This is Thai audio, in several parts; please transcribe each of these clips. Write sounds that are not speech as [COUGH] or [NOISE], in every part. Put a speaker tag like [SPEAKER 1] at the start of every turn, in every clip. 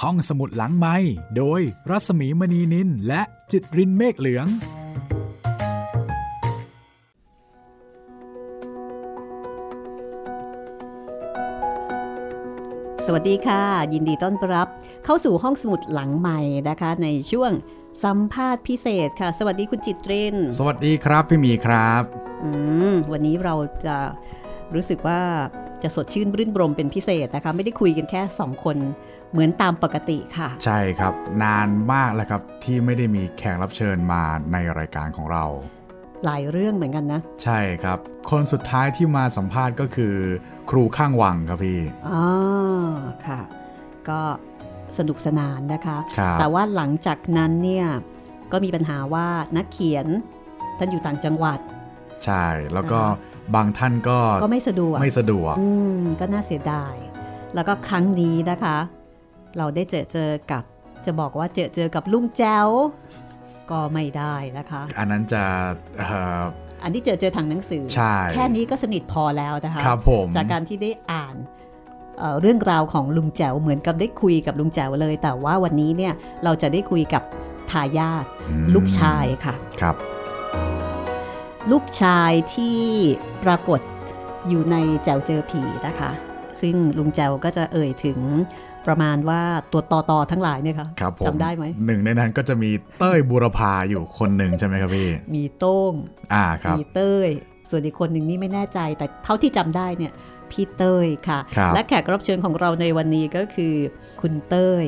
[SPEAKER 1] ห้องสมุดหลังไม้โดยรัสมีมณีนินและจิตรินเมฆเหลือง
[SPEAKER 2] สวัสดีค่ะ ยินดีต้อนรับ เข้าสู่ห้องสมุดหลังใหม่นะคะ ในช่วงสัมภาษณ์พิเศษค่ะ สวัสดีคุณจิตริน
[SPEAKER 3] สวัสดีครับพี่หมีครับ
[SPEAKER 2] อืมวันนี้เราจะรู้สึกว่าจะสดชื่นรื่นรมเป็นพิเศษนะคะ ไม่ได้คุยกันแค่ 2 คนเหมือนตามปกติค่ะ
[SPEAKER 3] ใช่ครับ นานมากแล้วครับที่ไม่ได้มีแขกรับเชิญมาในรายการของเรา
[SPEAKER 2] หลายเรื่องเหมือนกันนะ
[SPEAKER 3] ใช่ครับ คนสุดท้ายที่มาสัมภาษณ์ก็คือ ครูข้างวังครับพี่
[SPEAKER 2] อ๋อค่ะ ก็สนุกสนานนะคะ
[SPEAKER 3] ครับ
[SPEAKER 2] แต่ว่าหลังจากนั้นเนี่ยก็มีปัญหาว่านักเขียนท่านอยู่ต่างจังหวัด
[SPEAKER 3] ใช่แล้วก็
[SPEAKER 2] อ่
[SPEAKER 3] บางท่านก็
[SPEAKER 2] ก็ไม่สะดวก
[SPEAKER 3] ไม่สะดวก
[SPEAKER 2] อืมก็น่าเสียดาย แล้วก็ครั้งนี้นะคะ เราได้เจอเจอกับ จะบอกว่าเจอเจอกับลุงแจ๋วก็ไม่ได้นะคะ
[SPEAKER 3] อันนั้นจะเอ่อ
[SPEAKER 2] อันนี้เจอเจอทางหนังสือ
[SPEAKER 3] ใช่
[SPEAKER 2] แค่นี้ก็สนิทพอแล้วนะคะ
[SPEAKER 3] ครับผม
[SPEAKER 2] จากการที่ได้อ่านเอ่อเรื่องราวของลุงแจ๋วเหมือนกับได้คุยกับลุงแจ๋วเลย แต่ว่าวันนี้เนี่ยเราจะได้คุยกับทายาท
[SPEAKER 3] อืม
[SPEAKER 2] ลูกชายค่ะ
[SPEAKER 3] ครับ
[SPEAKER 2] ลูกชายที่ปรากฏอยู่ในแจวเจอผีนะคะ ซึ่งลุงแจวก็จะเอ่ยถึงประมาณว่าตัวต่อต่อทั้งหลายเนี่ยค่ะ
[SPEAKER 3] ครับผม
[SPEAKER 2] จำได้ไหม
[SPEAKER 3] หนึ่งในนั้นก็จะมีเต้ยบุรพาอยู่คนหนึ่งใช่ไหมครับพี่
[SPEAKER 2] มีโต้ง
[SPEAKER 3] อ่าครับ
[SPEAKER 2] มีเต้ย ส่วนอีกคนหนึ่งนี่ไม่แน่ใจ แต่เท่าที่จำได้เนี่ยพี่เต้ยค่ะ
[SPEAKER 3] ครับ
[SPEAKER 2] และแขกรับเชิญของเราในวันนี้ก็คือ คุณเต้ย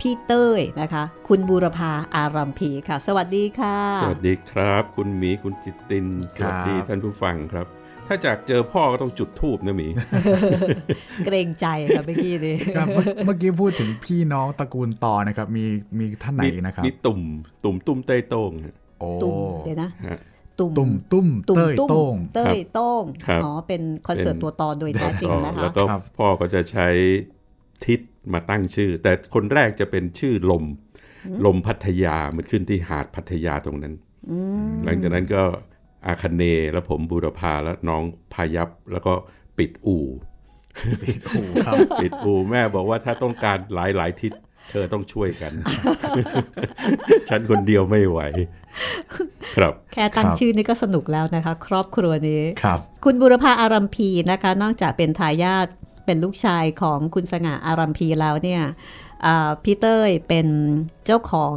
[SPEAKER 2] พี่เต้ยนะคะ คุณบูรพาอารัมพีค่ะ สวัสดีค่ะ
[SPEAKER 4] สวัสดีครับ คุณหมีคุณจิตติน ส
[SPEAKER 3] ครับ
[SPEAKER 4] วัสดีท่านผู้ฟังครับ ถ้าจากเจอพ่อก็ต้องจุดธูปนะหมี
[SPEAKER 2] เกรงใจค่ะเมื่อกี้นี้
[SPEAKER 3] ครับเมื่อเมื่อกี้พูดถึงพี่น้องตระกูลต่อนะครับ มีมีท่านไหน
[SPEAKER 4] มี
[SPEAKER 3] นะครับ
[SPEAKER 4] มีตุ่ม ตุ่มตุ้มเต้ยโต้งฮะ
[SPEAKER 3] โอ้
[SPEAKER 2] ตุ่มเดี๋ยวนะ
[SPEAKER 4] ฮะ
[SPEAKER 2] ตุ่ม
[SPEAKER 3] ตุ่มตุ้ม
[SPEAKER 2] ตุ่ม
[SPEAKER 3] เต้ย
[SPEAKER 2] ตุ้ม
[SPEAKER 3] โต้ง
[SPEAKER 2] เต้ยโต้ง
[SPEAKER 4] ครับ
[SPEAKER 2] อ๋อเป็นคอนเสิร์ต
[SPEAKER 4] เป็น
[SPEAKER 2] ตัวต่อโดยแท้จริงนะคะ
[SPEAKER 4] แล้วก็
[SPEAKER 3] ครับ
[SPEAKER 4] พ่อก็จะใช้ทิศมาตั้งชื่อ แต่คนแรกจะเป็นชื่อลม ลมพัทยา มันขึ้นที่หาดพัทยาตรงนั้น หลังจากนั้นก็อาคเนย์แล้วผมบูรพาแล้วน้องพายัพแล้วก็ปิดอู่
[SPEAKER 3] โอ้โหครับ
[SPEAKER 4] ปิดอูแม่บอกว่าถ้าต้องการหลายหลายๆทิศเธอต้องช่วยกัน [LAUGHS] ฉันคนเดียวไม่ไหว ครับ
[SPEAKER 2] แค่ตั้ง
[SPEAKER 3] ครับ
[SPEAKER 2] ชื่อนี่ก็สนุกแล้วนะคะ ครอบครัวนี้
[SPEAKER 3] ครับ
[SPEAKER 2] คุณบุรพาอารัมพีนะคะ นอกจากเป็นทายาทเป็นลูกชายของคุณสง่าอารัมพีแล้วเนี่ยอ่าพี่เต้ยเป็นเจ้าของ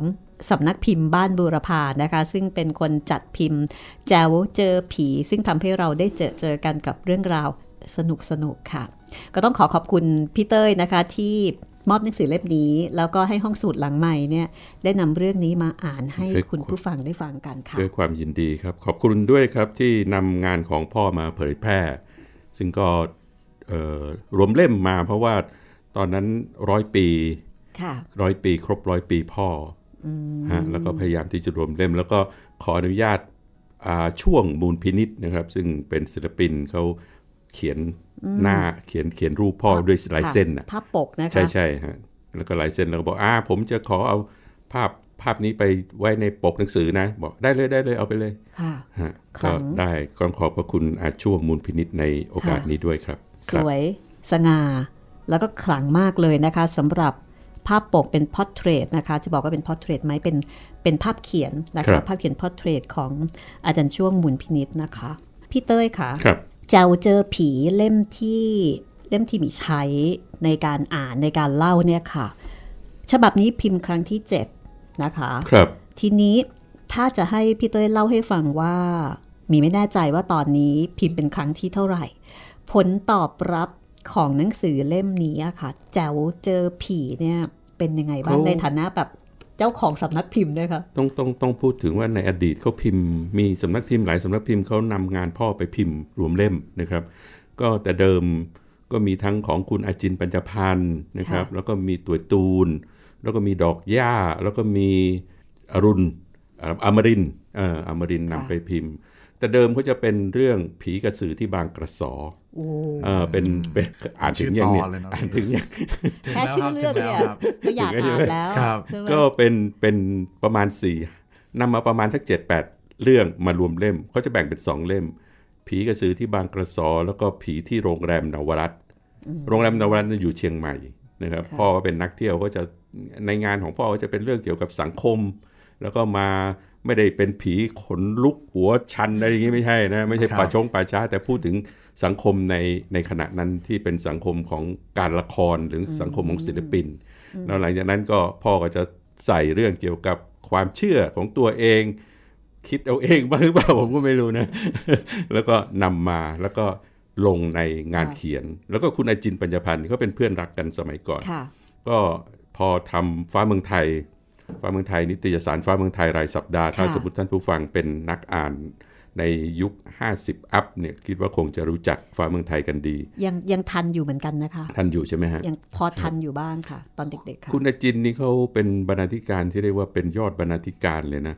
[SPEAKER 2] สำนักพิมพ์บ้านบุรพานะคะ ซึ่งเป็นคนจัดพิมพ์ แจวเจอผี ซึ่งทำให้เราได้เจอเจอกันกับเรื่องราวสนุกสนุกๆค่ะ ก็ต้องขอขอบคุณพี่เต้ยนะคะ ที่มอบหนังสือเล่มนี้ แล้วก็ให้ห้องสูตรหลังใหม่เนี่ยได้นำเรื่องนี้มาอ่านให้
[SPEAKER 4] เอ้ย
[SPEAKER 2] คุณผู้ฟังได้ฟังกันค่ะ
[SPEAKER 4] ด้วยความยินดีครับ ขอบคุณด้วยครับที่นำงานของพ่อมาเผยแพร่ ซึ่งก็เอ่อรวมเล่มมาเพราะว่าตอนนั้นร้อยปี
[SPEAKER 2] ค่ะ
[SPEAKER 4] ร้อยปี ครบร้อยปีพ่ออฮะแล้วก็พยายามที่จะรวมเล่ม แล้วก็ขออนุญาตอ่าช่วงมูลพินิษนะครับ ซึ่งเป็นศิลปินเขาเขียนหน้าเขียนเขียนรูปพ่อด้วยลายเส้นน่ะ
[SPEAKER 2] ภาพปกนะคะ
[SPEAKER 4] ใช่ใช่ฮะแล้วก็ลายเซ็นแล้วก็บอกอ่าผมจะขอเอาภาพภาพนี้ไปไว้ในปกหนังสือนะ บอกได้เลยได้เลยเอาไปเลย
[SPEAKER 2] ค่ะ
[SPEAKER 4] ฮะ
[SPEAKER 2] ครั
[SPEAKER 4] ก็
[SPEAKER 2] บ
[SPEAKER 4] ได้ก็ขอบพระคุณอาช่วงมูลพินิษในโอกาส
[SPEAKER 2] ค่ะ
[SPEAKER 4] นี้ด้วยครับ
[SPEAKER 2] ส
[SPEAKER 4] ครับ
[SPEAKER 2] วย สง่า แล้วก็ขลังมากเลยนะคะสำหรับภาพปกเป็นพอ r t เทรตนะคะ จะบอกว่าเป็นพอ r t เทรตไหมเป็นเป็นภาพเขียนนะ
[SPEAKER 4] ครั
[SPEAKER 2] คะ
[SPEAKER 4] บ
[SPEAKER 2] ภาพเขียนพอ r t เทรตของอาจารย์ช่วงหมุนพินิษนะคะ พี่เต้ยค่ะ
[SPEAKER 4] ครับ
[SPEAKER 2] เจ้าเจอผีเล่มที่เล่มที่มีใช้ในการอ่านในการเล่าเนี่ยค่ะ ฉบับนี้พิมพ์ครั้งที่ 7 นะคะ
[SPEAKER 4] ครับ
[SPEAKER 2] ทีนี้ถ้าจะให้พี่เต้ยเล่าให้ฟังว่า มีไม่แน่ใจว่าตอนนี้พิมพ์เป็นครั้งที่เท่าไหร่ ผลตอบรับของหนังสือเล่มนี้อะค่ะ แจ๋วเจอผีเนี่ยเป็นยังไงบ้าง
[SPEAKER 4] เขา
[SPEAKER 2] ในฐานะแบบเจ้าของสำนักพิมพ์ด้วยค่ะ
[SPEAKER 4] ต้องต้องต้องพูดถึงว่าในอดีตเขาพิมพ์มีสำนักพิมพ์หลายสำนักพิมพ์เขานำงานพ่อไปพิมพ์รวมเล่มนะครับ ก็แต่เดิมก็มีทั้งของคุณอาจินปัญจพันธ์นะครับ
[SPEAKER 2] ค่ะ
[SPEAKER 4] แล้วก็มีตัวตูน แล้วก็มีดอกหญ้า แล้วก็มีอรุณอ่าอมรินทร์เอ่ออมรินทร์นำไปพิมพ์ แต่เดิมเขาจะเป็นเรื่องผีกระสือที่บางกระสอ
[SPEAKER 2] โอ้
[SPEAKER 4] เออเป็นเป็นอ่านถึงยังเนี่ย
[SPEAKER 3] ชื่อตอนเลยเนอะ
[SPEAKER 4] อ่านถึงยัง
[SPEAKER 2] แค่ชื่อเรื่องเนี่ย
[SPEAKER 3] ถึงแล้วครับ
[SPEAKER 2] ก็อยากอ่านแล้ว
[SPEAKER 3] ครับ
[SPEAKER 2] ใช่ไหม
[SPEAKER 4] ก็เป็นเป็นประมาณสี่นำมาประมาณทักเจ็ดแปดเรื่องมารวมเล่มเขาจะแบ่งเป็นสองเล่ม ผีกระสือที่บางกระสอแล้วก็ผีที่โรงแรมนวรัตน์โรงแรมนวรัตน์เนี่ยอยู่เชียงใหม่ นะครับ
[SPEAKER 2] ค่ะ
[SPEAKER 4] พ่อก็เป็นนักเที่ยวก็จะในงานของพ่อก็จะเป็นเรื่องเกี่ยวกับสังคม แล้วก็มาไม่ได้เป็นผีขนลุกหัวชันอะไรอย่างนี้ไม่ใช่นะไม่ใช่
[SPEAKER 3] ครับ
[SPEAKER 4] ป่าชงป่าช้า แต่พูดถึงสังคมในในขณะนั้นที่เป็นสังคมของการละครหรือสังคมของศิลปิน แล้วหลังจากนั้นก็พ่อก็จะใส่เรื่องเกี่ยวกับความเชื่อของตัวเอง คิดเอาเองบ้างหรือเปล่า ผมก็ไม่รู้นะ [LAUGHS] แล้วก็นำมาแล้วก็ลงในงาน
[SPEAKER 2] ค่ะ
[SPEAKER 4] เขียน แล้วก็คุณอาจินปัญญาพันธ์เขาเป็นเพื่อนรักกันสมัยก่อน
[SPEAKER 2] ค่ะ
[SPEAKER 4] ก็พอทำฟ้าเมืองไทย ฟ้าเมืองไทยนิตยสารฟ้าเมืองไทยรายสัปดาห์ ถ้า
[SPEAKER 2] ค่ะ
[SPEAKER 4] สมมติท่านผู้ฟังเป็นนักอ่านในยุค 50 อัพเนี่ยคิดว่าคงจะรู้จักฟ้าเมืองไทยกันดี
[SPEAKER 2] ยังยังทันอยู่เหมือนกันนะคะ
[SPEAKER 4] ท่านอยู่ใช่ไหมฮะ
[SPEAKER 2] ยังพอทันอยู่บ้างค่ะ ตอนเด็กๆค่ะ
[SPEAKER 4] คุณอาจินนี่เขาเป็นบรรณาธิการที่เรียกว่าเป็นยอดบรรณาธิการเลยนะ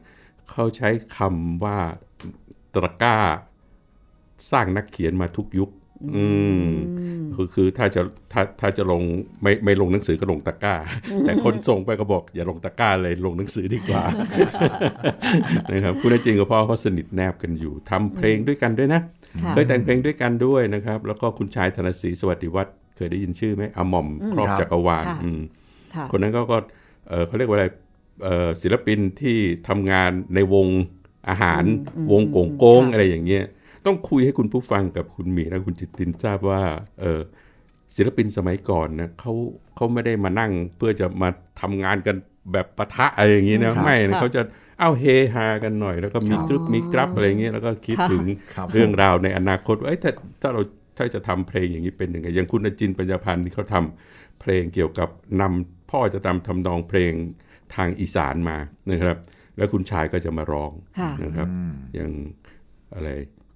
[SPEAKER 4] เขาใช้คำว่าตะกร้าสร้างนักเขียนมาทุกยุค อืมคือคือถ้าจะถ้าถ้าจะลงไม่ไม่ลงหนังสือก็ลงตะกร้า แต่คนส่งไปก็บอก อย่าลงตะกร้าเลยลงหนังสือดีกว่า [LAUGHS] นะครับคุณอาจินกับพ่อเขาสนิทแนบกันอยู่ทำเพลงด้วยกันด้วยนะ
[SPEAKER 2] ค่ะ
[SPEAKER 4] เคยแต่งเพลงด้วยกันด้วยนะครับ แล้วก็คุณชายธนศรีสวัสดิวัฒน์เคยได้ยินชื่อไหมอาหม่อมครอบ
[SPEAKER 3] ครับ
[SPEAKER 4] จักรวาล
[SPEAKER 2] ค่ะ
[SPEAKER 4] อืม
[SPEAKER 2] ค่ะ
[SPEAKER 4] คนนั้นก็ก็เอ่อเขาเรียกว่าอะไรเอ่อศิลปินที่ทำงานในวงอาหาร วงโกงโกงอะไรอย่างเงี้ยต้องคุยให้คุณผู้ฟังกับคุณหมีและคุณจิตตินทราบว่าเอ่อศิลปินสมัยก่อนนะเขาเขาไม่ได้มานั่งเพื่อจะมาทำงานกันแบบปะทะอะไรอย่างงี้นะไม่นะเขาจะเอ้าเฮฮากันหน่อย แล้วก็มีกรึบมีกรับอะไรอย่างเงี้ยแล้วก็คิดถึง
[SPEAKER 3] ครับ
[SPEAKER 4] เรื่องราวในอนาคตว่าเอ้ยถ้าถ้าเราถ้าจะทำเพลงอย่างนี้เป็นยังไงอย่างคุณอจินปัญญาพันธ์นี่เขาทำเพลงเกี่ยวกับนำพ่อจะทำทำนองเพลงทางอีสานมานะครับ แล้วคุณชายก็จะมาร้อง
[SPEAKER 2] ค่ะ
[SPEAKER 4] นะครับ อย่างอะไร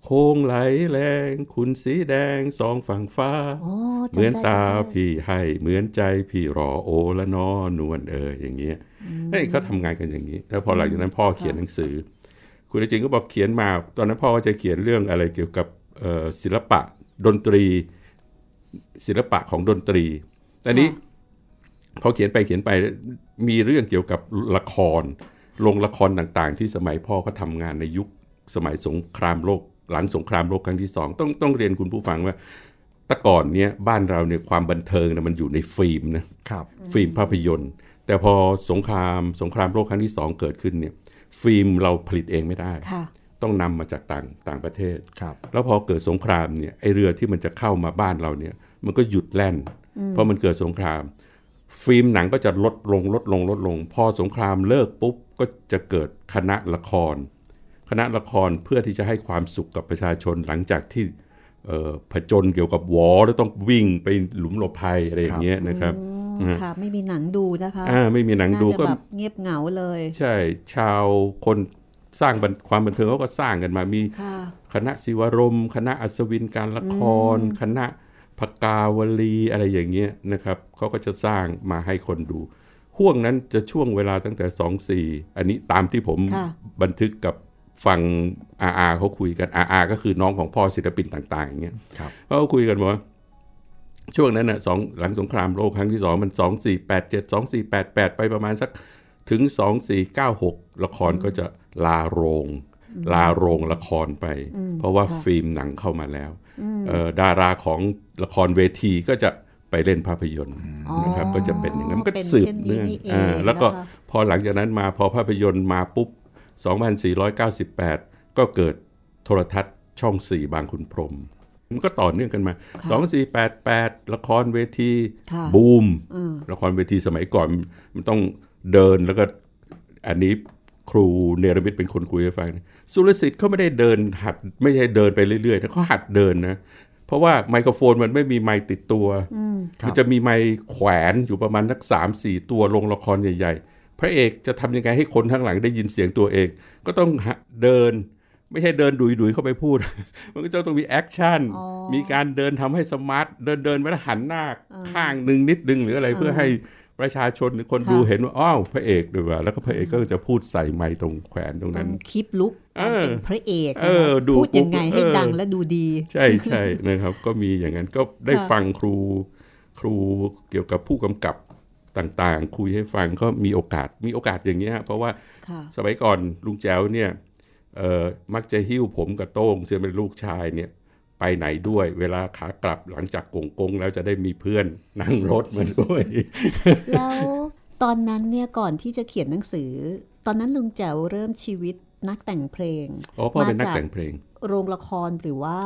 [SPEAKER 4] โค้งไหลแรงคุณสีแดงสองฝั่งฟ้า
[SPEAKER 2] โอ้จำ
[SPEAKER 4] เหมือน
[SPEAKER 2] ได้
[SPEAKER 4] ตา
[SPEAKER 2] จำได้
[SPEAKER 4] พี่ให้เหมือนใจพี่รอโอละนอนวลเอออย่างเงี้ยเฮ้ยเขาทำงานกันอย่างนี้ แล้วพอหลังจากนั้นพ่อเขียนหนังสือ คุณอาจริงก็บอกเขียนมา ตอนนั้นพ่อก็จะเขียนเรื่องอะไรเกี่ยวกับเอ่อศิลปะดนตรี ศิลปะของดนตรีแต่นี้
[SPEAKER 2] ค่ะ
[SPEAKER 4] พอเขียนไปเขียนไปมีเรื่องเกี่ยวกับละคร ลงละครต่างๆ ที่สมัยพ่อก็ทำงานในยุคสมัยสงครามโลก หลังสงครามโลกครั้งที่สองต้องต้องเรียนคุณผู้ฟังว่าแต่ก่อนเนี้ยบ้านเราเนี่ยความบันเทิงนะมันอยู่ในฟิล์มนะ
[SPEAKER 3] ครับ
[SPEAKER 4] ฟิล์มภาพยนตร์ แต่พอสงครามสงครามโลกครั้งที่สองเกิดขึ้นเนี่ยฟิล์มเราผลิตเองไม่ได้
[SPEAKER 2] ค่ะ
[SPEAKER 4] ต้องนำมาจากต่างต่างประเทศ
[SPEAKER 3] ครับ
[SPEAKER 4] แล้วพอเกิดสงครามเนี่ยไอเรือที่มันจะเข้ามาบ้านเราเนี่ยมันก็หยุดแล่น เพราะมันเกิดสงคราม ฟิล์มหนังก็จะลดลงลดลงลดลง พอสงครามเลิกปุ๊บก็จะเกิดคณะละคร คณะละครเพื่อที่จะให้ความสุขกับประชาชนหลังจากที่เอ่อผจญเกี่ยวกับวอร์แล้วต้องวิ่งไปหลุมหลบภัยอะไรอย่างเงี้ยนะครับ
[SPEAKER 2] อืมค่ะ ไม่มีหนังดูนะคะ
[SPEAKER 4] อ่าไม่มีหนัง
[SPEAKER 2] น่า
[SPEAKER 4] ดู
[SPEAKER 2] จะ
[SPEAKER 4] ก็
[SPEAKER 2] แบบเงียบเหงาเลย
[SPEAKER 4] ใช่ชาวคนสร้างบันความบันเทิงเขาก็สร้างกันมามี
[SPEAKER 2] ค่ะ
[SPEAKER 4] คณะศิวรมณ์คณะอัศวินการละคร คณะพกาวลีอะไรอย่างเงี้ยนะครับเขาก็จะสร้างมาให้คนดู ห่วงนั้นจะช่วงเวลาตั้งแต่ 2 4 อันนี้ตามที่ผม
[SPEAKER 2] ค่ะ
[SPEAKER 4] บันทึกกับฟังอาอาเขาคุยกันอาอาก็คือน้องของพ่อศิลปินต่าง ๆ อย่างเงี้ย
[SPEAKER 3] ครับ
[SPEAKER 4] เขาก็คุยกันว่า ช่วงนั้นน่ะสองหลังสงครามโลกครั้งที่สองมันสองสี่แปดเจ็ดสองสี่แปดแปดไปประมาณสักถึงสองสี่เก้าหกละครก็จะลาโรง ลาโรงละครไป เพราะว่าฟิล์มหนังเข้ามาแล้วเอ่อดาราของละครเวทีก็จะไปเล่นภาพยนตร์
[SPEAKER 2] อ๋อ
[SPEAKER 4] นะครับก็จะเป็นอย่างนั้นมันก็
[SPEAKER 2] เป็น
[SPEAKER 4] สืบ
[SPEAKER 2] เช่นนี้
[SPEAKER 4] เนื่อง
[SPEAKER 2] นี่เอง
[SPEAKER 4] อ่าแล้วก็
[SPEAKER 2] นะคะ
[SPEAKER 4] พอหลังจากนั้นมาพอภาพยนตร์มาปุ๊บ 2498 ก็เกิดโทรทัศน์ช่อง 4 บางขุนพรหมมันก็ต่อเนื่องกันมา
[SPEAKER 2] ค่ะ
[SPEAKER 4] 2488 ละครเวที
[SPEAKER 2] ค่ะ
[SPEAKER 4] บูม
[SPEAKER 2] อืม
[SPEAKER 4] ละครเวทีสมัยก่อนมันต้องเดินแล้วก็อันนี้ครูเนรมิตเป็นคนคุยให้ฟังนะสุรสิทธิ์เขาไม่ได้เดินหัดไม่ใช่เดินไปเรื่อยๆนะเขาหัดเดินนะ เพราะว่าไมโครโฟนมันไม่มีไมค์ติดตัว มันจะมีไมค์แขวนอยู่ประมาณนักสามสี่ตัวลงละครใหญ่ๆ พระเอกจะทำยังไงให้คนข้างหลังได้ยินเสียงตัวเอง ก็ต้องหาเดิน ไม่ใช่เดินดุยดุยๆเข้าไปพูด [LAUGHS] มันก็จะต้องมีแอคชั่น
[SPEAKER 2] อ๋อ
[SPEAKER 4] มีการเดินทำให้สมาร์ท เดินเดินไปแล้วหันหน้าข้างหนึ่งนิดนึงหรืออะไรเพื่อให้ประชาชนหรือคน
[SPEAKER 2] ค่ะ
[SPEAKER 4] ดูเห็นว่าอ้าวพระเอกด้วยว่าแล้วก็พระเอกก็จะพูดใส่ไมค์ตรงแขวนตรง
[SPEAKER 2] ต้
[SPEAKER 4] นั้
[SPEAKER 2] อน งคลิปลุก
[SPEAKER 4] เอ
[SPEAKER 2] การ
[SPEAKER 4] อ
[SPEAKER 2] เป็นพระเอก
[SPEAKER 4] เออ
[SPEAKER 2] นะคะ
[SPEAKER 4] ดู
[SPEAKER 2] พูดยังไง
[SPEAKER 4] ปุ๊บ
[SPEAKER 2] ให้
[SPEAKER 4] เออ
[SPEAKER 2] ดังและดูดี
[SPEAKER 4] ใช่ใช่นะครับ ก็มีอย่างนั้นก็ได้
[SPEAKER 2] ค่ะ
[SPEAKER 4] ฟังครูครูเกี่ยวกับผู้กำกับต่างๆ คุยให้ฟังก็มีโอกาสมีโอกาสอย่างเงี้ยเพราะว่า
[SPEAKER 2] ค่ะ
[SPEAKER 4] สมัยก่อนลุงแจ๋วเนี่ยเอ่อมักจะหิ้วผมกับโต้งซึ่งเป็นลูกชายเนี่ย ไปไหนด้วย เวลาขากลับหลังจากกงกงแล้วจะได้มีเพื่อนนั่งรถมาด้วย
[SPEAKER 2] แล้วตอนนั้นเนี่ยก่อนที่จะเขียนหนังสือ ตอนนั้นลุงแจ๋วเริ่มชีวิตนักแต่งเพลง
[SPEAKER 4] อ๋อพ่อเป็นนัก
[SPEAKER 2] มาจา
[SPEAKER 4] แต่งเพลง
[SPEAKER 2] โรงละครหรือว่า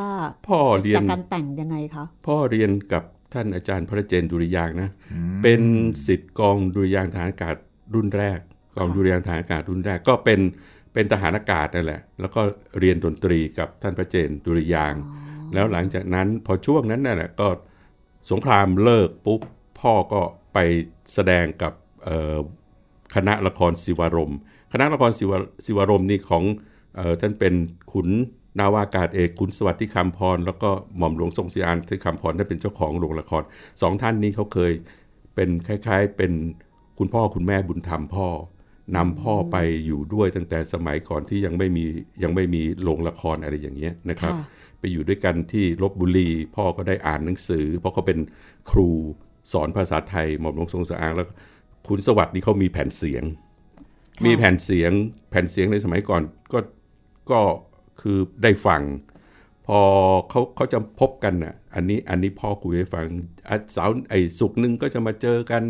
[SPEAKER 4] พ่อเรีย
[SPEAKER 2] จาน กการแต่งยังไงคะ
[SPEAKER 4] พ่อเรียนกับท่านอาจารย์พระเจนดุริยางค์นะ เป็นสิทธิ์กองดุริยางค์ทหารอากาศรุ่นแรก กองดุริยางค์ทหารอากาศรุ่นแรก ก็เป็นเป็นทหารอากาศนั่นแหละ แล้วก็เรียนดนตรีกับท่านพระเจนดุริยางค์แล้วหลังจากนั้นพอช่วงนั้นน่นแหละก็สงครามเลิกปุ๊บพ่อก็ไปแสดงกับเอ่อคณะละครศิวารมณ์คณะละครศิวาศิวารมณ์นี่ของเอ่อท่านเป็นขุนนาวากาศเอกขุนสวัสดิ์ที่คำพร แล้วก็หม่อมหลวงทรงศรีอานที่คำพรท่านเป็นเจ้าของโรงละครสองท่านนี้เขาเคย เป็นคล้าย ๆ เป็นคุณพ่อคุณแม่บุญธรรมพ่อนำพ่อไปอยู่ด้วยตั้งแต่สมัยก่อนที่ยังไม่มียังไม่มีโรงละครอะไรอย่างเงี้ยนะครับ ไปอยู่ด้วยกันที่ลบบุรี พ่อก็ได้อ่านหนังสือ เพราะเขาเป็นครูสอนภาษาไทยหม่อมหลวงทรงสะอางแล้วคุณสวัสดิ์นี่เขามีแผ่นเสียง
[SPEAKER 2] ะ
[SPEAKER 4] มีแผ่นเสียงแผ่นเสียงในสมัยก่อนก็ก็คือได้ฟัง พอเขาเขาจะพบกันน่ะ อันนี้อันนี้พ่อคุยให้ฟังอ่ะเสาวไอ้สุกร์หนึ่งก็จะมาเจอกัน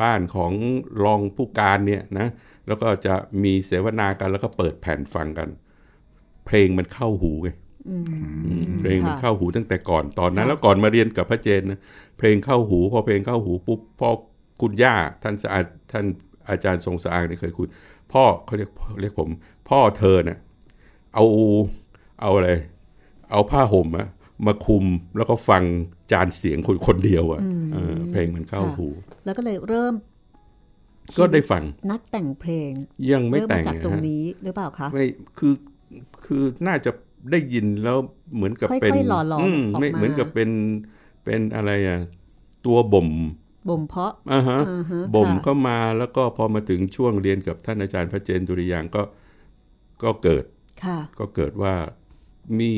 [SPEAKER 4] บ้านของรองผู้การเนี่ยนะ แล้วก็จะมีเสวนากันแล้วก็เปิดแผ่นฟังกัน เพลงมันเข้าหูไงอืมเพลงมัน
[SPEAKER 2] ค่ะ
[SPEAKER 4] เข้าหูตั้งแต่ก่อนตอนนั้น แล้วก่อนมาเรียนกับพระเจนนะเพลงเข้าหูพอเพลงเข้าหูปุ๊บพ่อคุณย่าท่านสะอาดท่านอาจารย์ทรงสะอางเนี่ยเคยคุย พ่อเขาเรียกเรียกผม พ่อเธอเนี่ยเอาเอาอะไร เอาผ้าห่มอะมาคลุมแล้วก็ฟังจานเสียงคนคนเดียวอะเออเพลงมันเข้า
[SPEAKER 2] ค่ะ
[SPEAKER 4] หู
[SPEAKER 2] แล้วก็เลยเริ่ม
[SPEAKER 4] ก็ได้ฟัง
[SPEAKER 2] นักแต่งเพลง
[SPEAKER 4] ยังไม่
[SPEAKER 2] เริ่ม
[SPEAKER 4] แต่
[SPEAKER 2] มาง จาก
[SPEAKER 4] นะ
[SPEAKER 2] ตรง
[SPEAKER 4] ฮะ
[SPEAKER 2] นี้หรือเปล่าคะ
[SPEAKER 4] ไม่คือคือน่าจะได้ยินแล้วเหมือนกับ
[SPEAKER 2] ค่อยๆ
[SPEAKER 4] เป็น
[SPEAKER 2] หล่อหลอม
[SPEAKER 4] ม
[SPEAKER 2] ออก
[SPEAKER 4] ไม่
[SPEAKER 2] มา
[SPEAKER 4] เหมือนกับเป็นเป็นอะไรอ่ะตัวบ่ม
[SPEAKER 2] บ่มเพาะ
[SPEAKER 4] อ่าฮะ
[SPEAKER 2] อือฮึ
[SPEAKER 4] บ่ม
[SPEAKER 2] ค่ะ
[SPEAKER 4] เข้ามาแล้วก็พอมาถึงช่วงเรียนกับท่านอาจารย์พระเจนดุริยางค์ก็ก็เกิด
[SPEAKER 2] ค่ะ
[SPEAKER 4] ก็เกิดว่ามี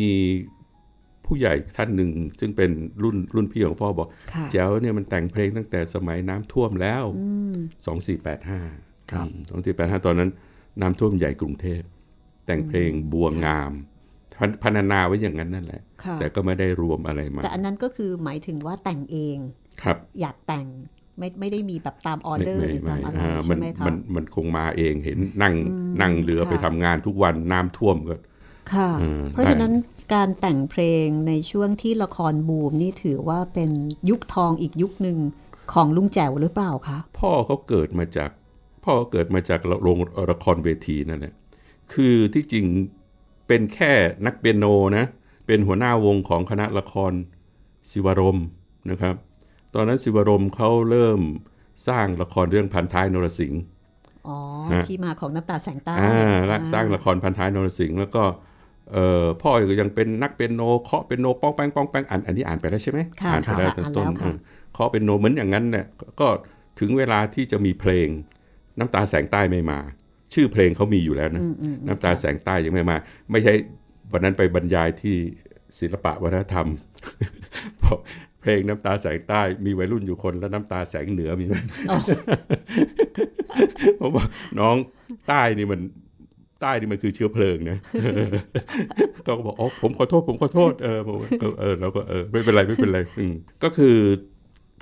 [SPEAKER 4] ผู้ใหญ่ท่านหนึ่ง ซึ่งเป็นรุ่นรุ่นพี่ของพ่อบอก
[SPEAKER 2] ค่ะ
[SPEAKER 4] แจ๋วเนี่ยมันแต่งเพลงตั้งแต่สมัยน้ำท่วมแล้วสองสี่แปดห้า
[SPEAKER 3] ครับ
[SPEAKER 4] สองสี่แปดห้าตอนนั้น น้ำท่วมใหญ่กรุงเทพ แต่งเพลงบัวงามพันพรรณนาไว้อย่างนั้นนั่นแหละ
[SPEAKER 2] ค่ะ
[SPEAKER 4] แต่ก็ไม่ได้รวมอะไรมา
[SPEAKER 2] แต่อันนั้นก็คือหมายถึงว่าแต่งเอง
[SPEAKER 4] ครับ
[SPEAKER 2] อยากแต่งไม่ไม่ได้มีแบบตามออ
[SPEAKER 4] ไม่
[SPEAKER 2] เดอร์
[SPEAKER 4] ไม่
[SPEAKER 2] หรือ
[SPEAKER 4] ไม่
[SPEAKER 2] ตามอะไร
[SPEAKER 4] อ่ามั
[SPEAKER 2] ใช่
[SPEAKER 4] น
[SPEAKER 2] ไหมคะ
[SPEAKER 4] มันมันคงมาเองเห็นนั่งนั่งเรือ
[SPEAKER 2] ค่ะ
[SPEAKER 4] ไปทำงานทุกวันน้ำท่วมก็
[SPEAKER 2] ค่ะ
[SPEAKER 4] เออ
[SPEAKER 2] เพราะ
[SPEAKER 4] ได้
[SPEAKER 2] ฉะนั้นการแต่งเพลงในช่วงที่ละครบูมนี่ถือว่าเป็นยุคทองอีกยุคหนึ่งของลุงแจ๋วหรือเปล่าคะ
[SPEAKER 4] พ่อเขาเกิดมาจาก พ่อเกิดมาจากโรงละครเวทีนั่นแหละ คือที่จริงเป็นแค่นักเปียโนนะ เป็นหัวหน้าวงของคณะละครศิวรมนะครับ ตอนนั้นศิวรมเขาเริ่มสร้างละครเรื่องพันท้ายนรสิงห์
[SPEAKER 2] อ๋อ
[SPEAKER 4] ฮะ
[SPEAKER 2] ที่มาของน้ำตาแสงใต้
[SPEAKER 4] อ่าและ
[SPEAKER 2] อ่
[SPEAKER 4] สร้างละครพันท้ายนรสิงห์แล้วก็เอ่อพ่อก็ยังเป็นนักเปียโนเคาะเปียโนป้องแป้งป้องแป้งอ่านอันนี้อ่านไปแล้วใช่ไหม
[SPEAKER 2] ค่ะ
[SPEAKER 4] อ่านไปแล้ว
[SPEAKER 2] ค่ะ
[SPEAKER 4] ตั้งต้น
[SPEAKER 2] อ่านแล้วค่ะ
[SPEAKER 4] เออเคาะเปียโนเหมือนอย่างนั้นเนี่ยก็ถึงเวลาที่จะมีเพลงน้ำตาแสงใต้ไม่มา ชื่อเพลงเขามีอยู่แล้วนะน้ำตาแสงใต้ยังไม่มา ไม่ใช่วันนั้นไปบรรยายที่ศิลปะวัฒนธรรม [LAUGHS] บอกเพลงน้ำตาแสงใต้มีวัยรุ่นอยู่คนแล้วน้ำตาแสงเหนือมีไหม
[SPEAKER 2] อ๋
[SPEAKER 4] [LAUGHS]
[SPEAKER 2] อ
[SPEAKER 4] ผมว่าน้องใต้นี่มันใต้นี่มันคือเชื้อเพลิงนะ ต้องบอกอ๋อผมขอโทษ ผมขอโทษเออผมเออเออเราก็เออไม่เป็นไรไม่เป็นไรอืมก็คือ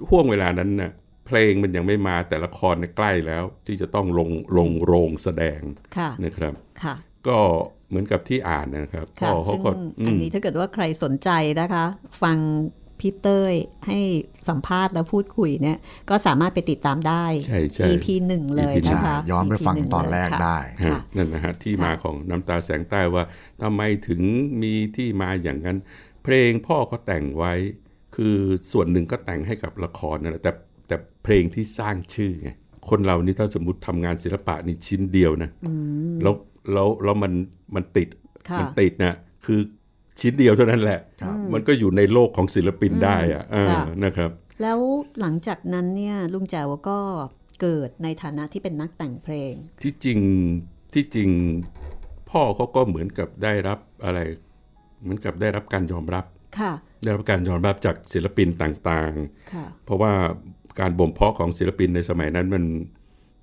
[SPEAKER 4] ห่วงเวลานั้นน่ะเพลงมันยังไม่มาแต่ละครเนี่ยใกล้แล้ว ที่จะต้องลงลงโรงแสดง
[SPEAKER 2] ค่ะ
[SPEAKER 4] นะครับ
[SPEAKER 2] ค่ะ
[SPEAKER 4] ก็เหมือนกับที่อ่านนะครับ
[SPEAKER 2] ค่ะ
[SPEAKER 4] พ่อเขา
[SPEAKER 2] ซึ่ง
[SPEAKER 4] ก็
[SPEAKER 2] อัน
[SPEAKER 4] ม
[SPEAKER 2] นี้ถ้าเกิดว่าใครสนใจนะคะ ฟังพี่เต้ยให้สัมภาษณ์แล้วพูดคุยเนี่ย ก็สามารถไปติดตามได้
[SPEAKER 4] ใช่ใช่
[SPEAKER 2] EP หนึ่งเลยนะ
[SPEAKER 3] ใช่
[SPEAKER 2] คะ
[SPEAKER 3] ย้อนไป
[SPEAKER 2] EP
[SPEAKER 3] ฟัง
[SPEAKER 2] ห
[SPEAKER 3] ตอนแรก
[SPEAKER 2] เลยค่ะ
[SPEAKER 3] ได้
[SPEAKER 2] ค่ะ
[SPEAKER 4] นั่นนะฮะที่มาของน้ำตาแสงใต้ว่าทำไมถึงมีที่มาอย่างนั้น เพลงพ่อเขาแต่งไว้ คือส่วนหนึ่งก็แต่งให้กับละครนั่นแหละแต่แต่เพลงที่สร้างชื่อไงคนเรานี่ถ้าสมมติทำงานศิลปะนี่ชิ้นเดียวนะแล้วแล้วแล้วมันมันติด
[SPEAKER 2] ค่ะ
[SPEAKER 4] มัติดนะคือชิ้นเดียวเท่านั้นแหละ มันก็อยู่ในโลกของศิลปินได้อะเออ
[SPEAKER 2] ค่ะ
[SPEAKER 4] นะครับ
[SPEAKER 2] แล้วหลังจากนั้นเนี่ยลุงแจ๋วก็เกิดในฐานะที่เป็นนักแต่งเพลง
[SPEAKER 4] ที่จริงที่จริงพ่อเขาก็เหมือนกับได้รับอะไร เหมือนกับได้รับการยอมรับ
[SPEAKER 2] ค่ะ
[SPEAKER 4] ได้รับการยอมรับจากศิลปินต่าง
[SPEAKER 2] ค่ะ
[SPEAKER 4] ๆ เพราะว่าการบ่มเพาะของศิลปินในสมัยนั้นมัน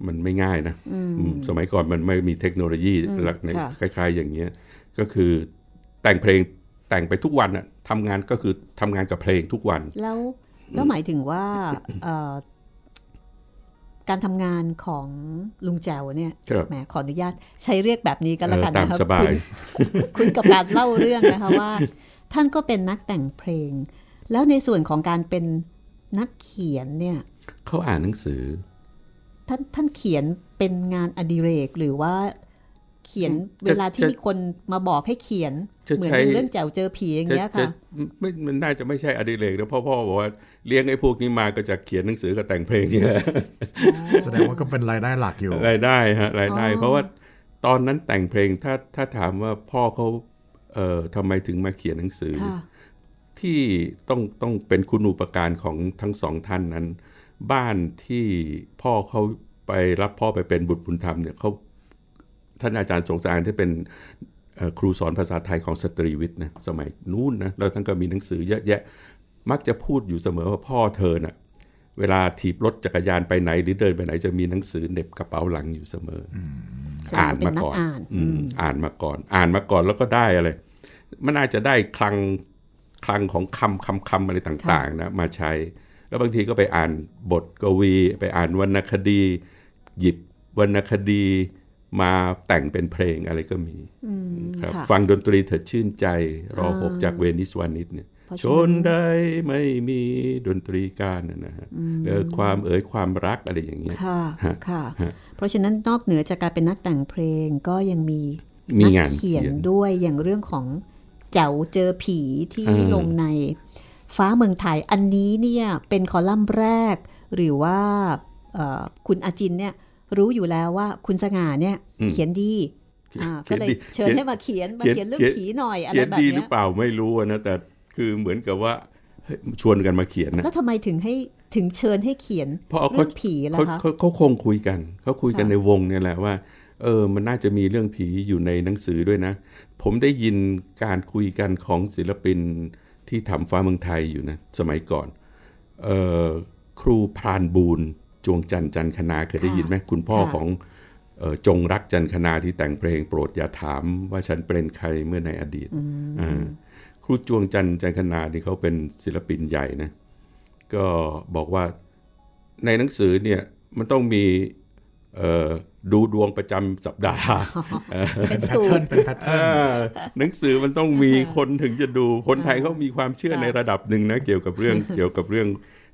[SPEAKER 4] มันไม่ง่ายนะอืมสมัยก่อนมันไม่มีเทคโนโลยีหลักใน
[SPEAKER 2] ค่ะ
[SPEAKER 4] คล้าย ๆ อย่างเงี้ยก็คือแต่งเพลง แต่งไปทุกวันอะทำงานก็คือทำงานกับเพลงทุกวัน
[SPEAKER 2] แล้วแล้วหมายถึง
[SPEAKER 4] [COUGHS]
[SPEAKER 2] ว่าเอ่อการทำงานของลุงแจวเนี่ย
[SPEAKER 4] ครับ
[SPEAKER 2] แหมขออนุญาตใช้เรียกแบบนี้กันแล้ว
[SPEAKER 4] เออ
[SPEAKER 2] กัน
[SPEAKER 4] ตาม
[SPEAKER 2] นะครับ
[SPEAKER 4] สบาย
[SPEAKER 2] คุณคุณกับการเล่าเรื่องนะคะว่า ท่านก็เป็นนักแต่งเพลง แล้วในส่วนของการเป็นนักเขียนเนี่ย
[SPEAKER 4] เขาอ่านหนังสือ
[SPEAKER 2] ท่านท่านเขียนเป็นงานอดิเรกหรือว่าเขียน
[SPEAKER 4] จะ
[SPEAKER 2] เวลาที่
[SPEAKER 4] จะ
[SPEAKER 2] มีคนมาบอกให้เขียน
[SPEAKER 4] จะ
[SPEAKER 2] เหมือน
[SPEAKER 4] ใช้
[SPEAKER 2] เป็นเรื่องแจวเจอผีอย่าง
[SPEAKER 4] จะ
[SPEAKER 2] เงี้ย
[SPEAKER 4] จะ
[SPEAKER 2] ค่ะ
[SPEAKER 4] ไม่มันน่าจะไม่ใช่อดิเรกนะเพ่อพ่อบอกว่าเลี้ยงไอ้พวกนี้มาก็จะเขียนหนังสือกับแต่งเพลงเนี่ย
[SPEAKER 2] [LAUGHS]
[SPEAKER 3] แสดงว่าก็เป็นรายได้หลักอยู่
[SPEAKER 4] รายได้ฮะรายได้
[SPEAKER 2] อ๋อ
[SPEAKER 4] เพราะว่าตอนนั้นแต่งเพลงถ้าถ้าถามว่าพ่อเขาเอ่อทำไมถึงมาเขียนหนังสือ
[SPEAKER 2] ค่ะ
[SPEAKER 4] ที่ต้องต้องเป็นคุณอุปการของทั้งสองท่านนั้น บ้านที่พ่อเขาไปรับพ่อไปเป็นบุตรบุญธรรมเนี่ยเขาท่านอาจารย์สงสารที่เป็นเอ่อครูสอนภาษาไทยของสตรีวิทย์นะสมัยนู้นนะแล้วท่านก็มีหนังสือเยอะแยะ มักจะพูดอยู่เสมอว่าพ่อเธอน่ะเวลาถีบรถจักรยานไปไหนหรือเดินไปไหนจะมีหนังสือเหน็บกระเป๋าหลังอยู่เสมอออ่านมาก่อน
[SPEAKER 2] เป็นนักอ่าน
[SPEAKER 4] อืม
[SPEAKER 2] อืม
[SPEAKER 4] อ่านมาก่อน อ่านมาก่อนแล้วก็ได้อะไร มันอาจจะได้คลัง คลังของคำคำคำอะไรต่างๆนะมาใช้ แล้วบางทีก็ไปอ่านบทกวี ไปอ่านวรรณคดี หยิบวรรณคดีมาแต่งเป็นเพลงอะไรก็มีครับ
[SPEAKER 2] ค่ะ
[SPEAKER 4] ฟังดนตรีเถิดชื่นใจ รอหกจากเวนิสวานิชเนี่ย
[SPEAKER 2] เพราะ
[SPEAKER 4] ช
[SPEAKER 2] ฉะนั้น
[SPEAKER 4] นใดไม่มีดนตรีการนะนะฮะเออความเอ๋ยความรักอะไรอย่างเงี้ย
[SPEAKER 2] ค่ะ
[SPEAKER 4] ฮะ
[SPEAKER 2] ค่ะ
[SPEAKER 4] ฮะ
[SPEAKER 2] เพราะฉะนั้นนอกเหนือจากการเป็นนักแต่งเพลงก็ยังมี
[SPEAKER 4] มี
[SPEAKER 2] นั
[SPEAKER 4] งาน
[SPEAKER 2] เขียน
[SPEAKER 4] เขียน
[SPEAKER 2] ด้วยอย่างเรื่องของเจ๋วเจอผีที่
[SPEAKER 4] อ่า
[SPEAKER 2] ลงในฟ้าเมืองไทยอันนี้เนี่ยเป็นคอลัมน์แรก หรือว่าเอ่อคุณอาจินเนี่ยรู้อยู่แล้วว่าคุณสง่าเนี่ยเขียนดีอ่าก็เลยเชิญให้มาเขียนมาเขียนเรื่องผีหน่อยอะไร
[SPEAKER 4] เขียน
[SPEAKER 2] แบบ
[SPEAKER 4] ดีหรื
[SPEAKER 2] เนี้
[SPEAKER 4] อย เปล่าไม่รู้อะนะแต่คือเหมือนกับว่าเฮ้ยชวนกันมาเขียนนะ
[SPEAKER 2] แล้วทำไมถึงให้ถึงเชิญให้เขียน
[SPEAKER 4] เพราะเขา
[SPEAKER 2] เรื่องผีล่ะ
[SPEAKER 4] เขา
[SPEAKER 2] คะ
[SPEAKER 4] เขาเขาคงคุยกัน เขาคุยกัน
[SPEAKER 2] ค่ะ
[SPEAKER 4] ในวงเนี่ยแหละว่า เออ มันน่าจะมีเรื่องผีอยู่ในหนังสือด้วยนะ ผมได้ยินการคุยกันของศิลปินที่ทำฟ้าเมืองไทยอยู่นะ สมัยก่อน เออครูพรานบูนจวงจันทร์จันทร์คณาเคยได้ยินไหมคุณพ่อของเอ่อจงรักจันทร์คณาที่แต่งเพลงโปรดอย่าถามว่าฉันเป็นใครเมื่อในอดีตอ่าครูจวงจันทร์จันทร์คณานี่เขาเป็นศิลปินใหญ่นะ ก็บอกว่าในหนังสือเนี่ยมันต้องมีเอ่อดูดวงประจำสัปดาห์
[SPEAKER 2] เป็นสูตร
[SPEAKER 3] เป็นแพทเทิร์น
[SPEAKER 4] อ่าหนังสือมันต้องมีคนถึงจะดู คนไทยเขามีความเชื่อในระดับหนึ่งนะ เกี่ยวกับเรื่อง [LAUGHS] เกี่ยวกับเรื่อง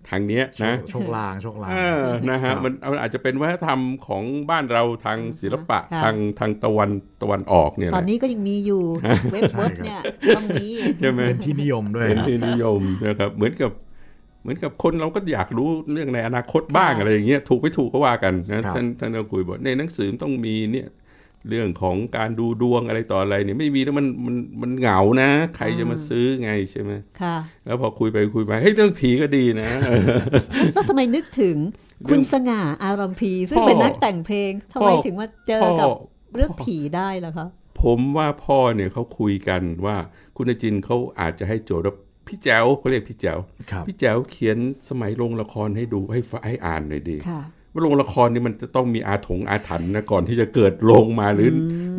[SPEAKER 4] ทางเนี้ยนะ
[SPEAKER 3] โชคลางโชคลาง
[SPEAKER 4] เออนะฮะมันมันอาจจะเป็นวัฒนธรรมของบ้านเราทางศิลปะ
[SPEAKER 2] ค่ะ
[SPEAKER 4] ทางทางตะวันตะวันออกเนี่ย
[SPEAKER 2] ต
[SPEAKER 4] แห
[SPEAKER 2] อ
[SPEAKER 4] ละ
[SPEAKER 2] นนี้ก็ยังมี
[SPEAKER 4] [LAUGHS]
[SPEAKER 2] อยู่ เว็บเว็บเนี่ยต้องมี
[SPEAKER 4] ใช่ไหม
[SPEAKER 3] เป็นที่นิยมด้วย
[SPEAKER 4] เป็น
[SPEAKER 3] ครับ
[SPEAKER 4] ที่นิยมนะครับเหมือนกับเหมือนกับคนเราก็อยากรู้เรื่องในอนาคตบ้างอะไรอย่างเงี้ยถูกไม่ถูกก็ว่ากันนะท่านท่านก็คุยบอกในหนังสือมันต้องมีเนี่ยเรื่องของการดูดวงอะไรต่ออะไรเนี่ยไม่มีแล้วมันมันมันเหงานะ ใครจะมาซื้อไงใช่ไหม
[SPEAKER 2] ค่ะ
[SPEAKER 4] แล้วพอคุยไปคุยมาเฮ้ยเรื่องผีก็ดีนะ [LAUGHS]
[SPEAKER 2] แล้วทำไมนึกถึงคุณสง่าอารมพี ซึ่ง
[SPEAKER 4] พ่อ
[SPEAKER 2] เป็นนักแต่งเพลงทำไม
[SPEAKER 4] พ่อ
[SPEAKER 2] ถึงมาเจอกับ
[SPEAKER 4] พ่อ
[SPEAKER 2] เรื่องผีได้ล่ะคะ
[SPEAKER 4] ผมว่าพ่อเนี่ยเขาคุยกันว่าคุณอาจินเขาอาจจะให้โจทย์ว่าพี่แจ๋วเขาเรียกพี่แจ๋ว
[SPEAKER 3] ครับ
[SPEAKER 4] พี่แจ๋วเขียนสมัยโรงละครให้ดูให้ฟให้อ่านหน่อยดี
[SPEAKER 2] ค่ะ
[SPEAKER 4] ว่าโรงละครนี่มันจะต้องมีอาถงอาถรรพ์นะก่อนที่จะเกิดโรงมาหรืออ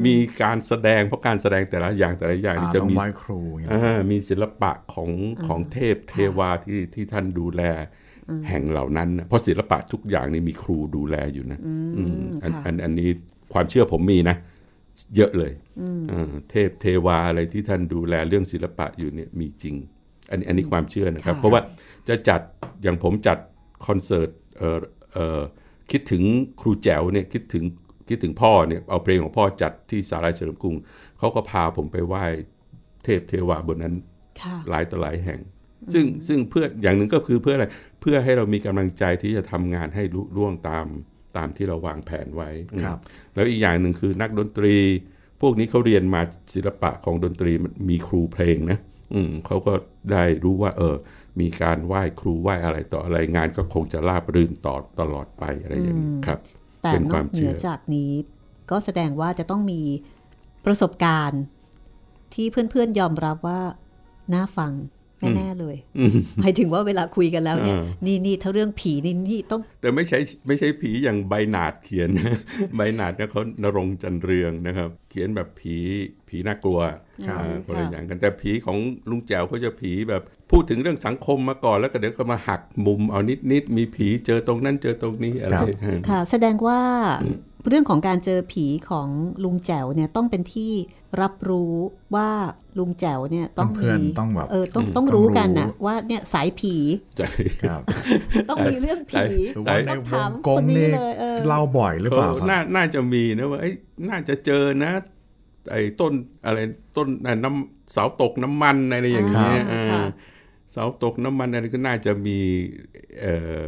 [SPEAKER 4] มีการแสดงเพราะการแสดงแต่ละอย่างแต่ละอย่าง
[SPEAKER 3] อ่า
[SPEAKER 4] นี่จะ
[SPEAKER 3] ต้อง
[SPEAKER 4] มี
[SPEAKER 3] ไหว้ครูอย่างเงี้ย
[SPEAKER 4] อ่ามีศิลปะของของเทพเทวาที่ที่ท่านดูแลแห่งเหล่านั้นนะเพราะศิลปะทุกอย่างนี่มีครูดูแลอยู่นะอืมอัน
[SPEAKER 2] ค่ะ
[SPEAKER 4] อันอันนี้ความเชื่อผมมีนะ เยอะเลยเออเทพเทวาอะไรที่ท่านดูแลเรื่องศิลปะอยู่เนี่ยมีจริง อันนี้อันนี้ความเชื่อนะครับ เพราะว่าจะจัดอย่างผมจัดคอนเสิร์ตเออเออคิดถึงครูแจ๋วเนี่ยคิดถึงคิดถึงพ่อเนี่ยเอาเพลงของพ่อจัดที่สาราเฉลิมกรุงเขาก็พาผมไปไหว้ เทพเทวาบนนั้น
[SPEAKER 2] ค่ะ
[SPEAKER 4] หลายต่อหลายแห่ง ซึ่งซึ่งเพื่ออย่างหนึ่งก็คือเพื่ออะไรเพื่อให้เรามีกำลังใจที่จะทำงานให้ลุล่วงตามตามที่เราวางแผนไว้
[SPEAKER 3] ครับ
[SPEAKER 4] อืมแล้วอีกอย่างหนึ่งคือนักดนตรี พวกนี้เขาเรียนมาศิลปะของดนตรีมันมีครูเพลงนะอืมเขาก็ได้รู้ว่า เออ มีการไหว้ครูไหว้อะไรต่ออะไรงานก็คงจะราบรื่นต่อตลอดไปอะไรอย่างนี้ครับ
[SPEAKER 2] แต่
[SPEAKER 4] เป็น
[SPEAKER 2] นอ
[SPEAKER 4] ควาก ม
[SPEAKER 2] เห
[SPEAKER 4] เชื่
[SPEAKER 2] นื
[SPEAKER 4] อ
[SPEAKER 2] อจากนี้ก็แสดงว่าจะต้องมีประสบการณ์ ที่เพื่อนๆยอมรับว่าน่าฟัง แน่ ๆ เลยหมายถึงว่าเวลาคุยกันแล้วเนี่ย
[SPEAKER 4] อ่า
[SPEAKER 2] นี่นี่ถ้าเรื่องผีนี่นี่ต้อง
[SPEAKER 4] แต่ไม่ใช่ไม่ใช่ผีอย่างใบหนาดเขียน [LAUGHS] ใบหนาดเนี่ยเขานรงค์จันเรืองนะครับ เขียนแบบผีผีน่ากลัว
[SPEAKER 3] ครับ
[SPEAKER 4] อ่าคนละอย่างกันแต่ผีของลุงแจ๋วเขาจะผีแบบพูดถึงเรื่องสังคมมาก่อนแล้วก็เดี๋ยวก็มาหักมุมเอานิดนิดๆมีผีเจอตรงนั้นเจอตรงนี้อะไรอืม
[SPEAKER 2] ค่ะ แสดงว่าเรื่องของการเจอผีของลุงแจ๋วเนี่ยต้องเป็นที่รับรู้ว่าลุงแจ๋วเนี่ยต้อง
[SPEAKER 3] เพื่
[SPEAKER 2] มี
[SPEAKER 3] อนๆต้องแบบ
[SPEAKER 2] เออต้องต้อง
[SPEAKER 3] ต้อง
[SPEAKER 2] รู้กันนะ
[SPEAKER 3] รู้
[SPEAKER 2] ว่าเนี่ยสายผี
[SPEAKER 4] ใช่
[SPEAKER 3] ครับ
[SPEAKER 2] ต้องมีเรื่องผี
[SPEAKER 3] หรือว่าใน
[SPEAKER 2] ต้อง
[SPEAKER 3] ว
[SPEAKER 2] ถาม
[SPEAKER 3] ง
[SPEAKER 2] ค
[SPEAKER 3] กลม
[SPEAKER 2] นนี้
[SPEAKER 3] นี่
[SPEAKER 2] เลยเออ
[SPEAKER 3] เล่าบ่อยหรือเปล่าครับ
[SPEAKER 4] น่าน่าจะมีนะว่าเอ้ยน่าจะเจอนะ ไอ้ต้นอะไรต้นอ่ะน้ำเสาตกน้ำมันอะไรอย่างเงี้ย
[SPEAKER 2] อ่า
[SPEAKER 4] อ่า
[SPEAKER 2] ค่ะ
[SPEAKER 4] เสาตกน้ำมันอะไรก็น่าจะมีเอ่อ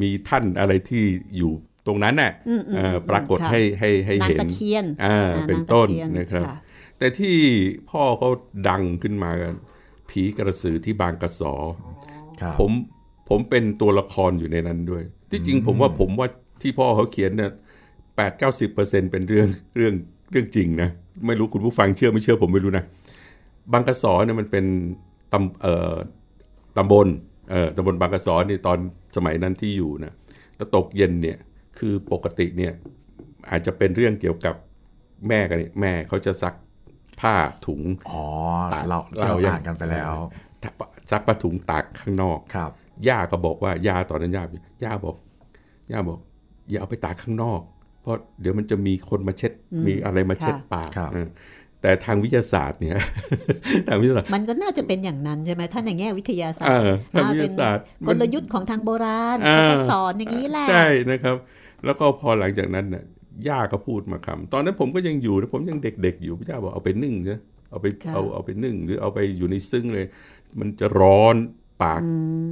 [SPEAKER 4] มีท่านอะไรที่อยู่ตรงนั้นน่ะเอ่อปรากฏให้ให้ให้
[SPEAKER 2] นาง
[SPEAKER 4] เห็น
[SPEAKER 2] ตะเคียน
[SPEAKER 4] อ่าเป็น
[SPEAKER 2] อ่าาง
[SPEAKER 4] ต้น
[SPEAKER 2] เย
[SPEAKER 4] นะครับ
[SPEAKER 2] ะ
[SPEAKER 4] แต่ที่พ่อเขาดังขึ้นมากันผีกระสือที่บางกระสอ
[SPEAKER 3] ครับ
[SPEAKER 4] ผมผมเป็นตัวละครอยู่ในนั้นด้วย ที่จริงผมว่าผมว่าที่พ่อเขาเขียนเนี่ยแปดเก้าสิบเปอร์เซ็นเป็นเรื่องเรื่องเรื่องจริงนะ ไม่รู้คุณผู้ฟังเชื่อไม่เชื่อผมไม่รู้นะ บางกระสอเนี่ยมันเป็นตำเอ่อตำบลเอ่อตำบลบางกระสอนี่ตอนสมัยนั้นที่อยู่นะแล้วตกเย็นเนี่ยคือปกติเนี่ยอาจจะเป็นเรื่องเกี่ยวกับแม่กันเนี่ยแม่เขาจะซักผ้าถุง
[SPEAKER 3] อ๋อ
[SPEAKER 4] ตาก
[SPEAKER 3] เราที่
[SPEAKER 4] เรา
[SPEAKER 3] เรา
[SPEAKER 4] ยัง
[SPEAKER 3] อ่านกันไปแล้ว
[SPEAKER 4] ซักผ้าถุงตากข้างนอก
[SPEAKER 3] ครับ
[SPEAKER 4] ย่าก็บอกว่าย่าตอนนั้นย่าอยู่ย่าบอกย่าบอก อย่าเอาไปตากข้างนอก เพราะเดี๋ยวมันจะมีคนมาเช็ดมีอะไรมาเช็ด
[SPEAKER 2] ค่ะ
[SPEAKER 4] ปาก
[SPEAKER 3] ครับ
[SPEAKER 4] เออแต่ทางวิทยาศาสตร์เนี่ย [LAUGHS] ทางวิทยาศาสตร์
[SPEAKER 2] มันก็น่าจะเป็นอย่างนั้นใช่ไหมถ้าในแง่วิทยาศาสต
[SPEAKER 4] เอ
[SPEAKER 2] ร์
[SPEAKER 4] อทาง
[SPEAKER 2] อ่า
[SPEAKER 4] วิท
[SPEAKER 2] เป็
[SPEAKER 4] ยาน ศาสตร์
[SPEAKER 2] ก
[SPEAKER 4] มัน
[SPEAKER 2] ลยุทธ์ของทางโบราณ
[SPEAKER 4] อ่า
[SPEAKER 2] เขาก็สอนอย่างนี้แหละ
[SPEAKER 4] ใช่นะครับ แล้วก็พอหลังจากนั้นน่ะย่าก็พูดมาคำตอนนั้นผมก็ยังอยู่นะผมยังเด็กๆอยู่ย่าบอกเอาไปนึ่งนะเอาไป
[SPEAKER 2] ค่ะ
[SPEAKER 4] เอาเอาไปนึ่ง หรือเอาไปอยู่ในซึ้งเลย มันจะร้อนปาก
[SPEAKER 2] อืม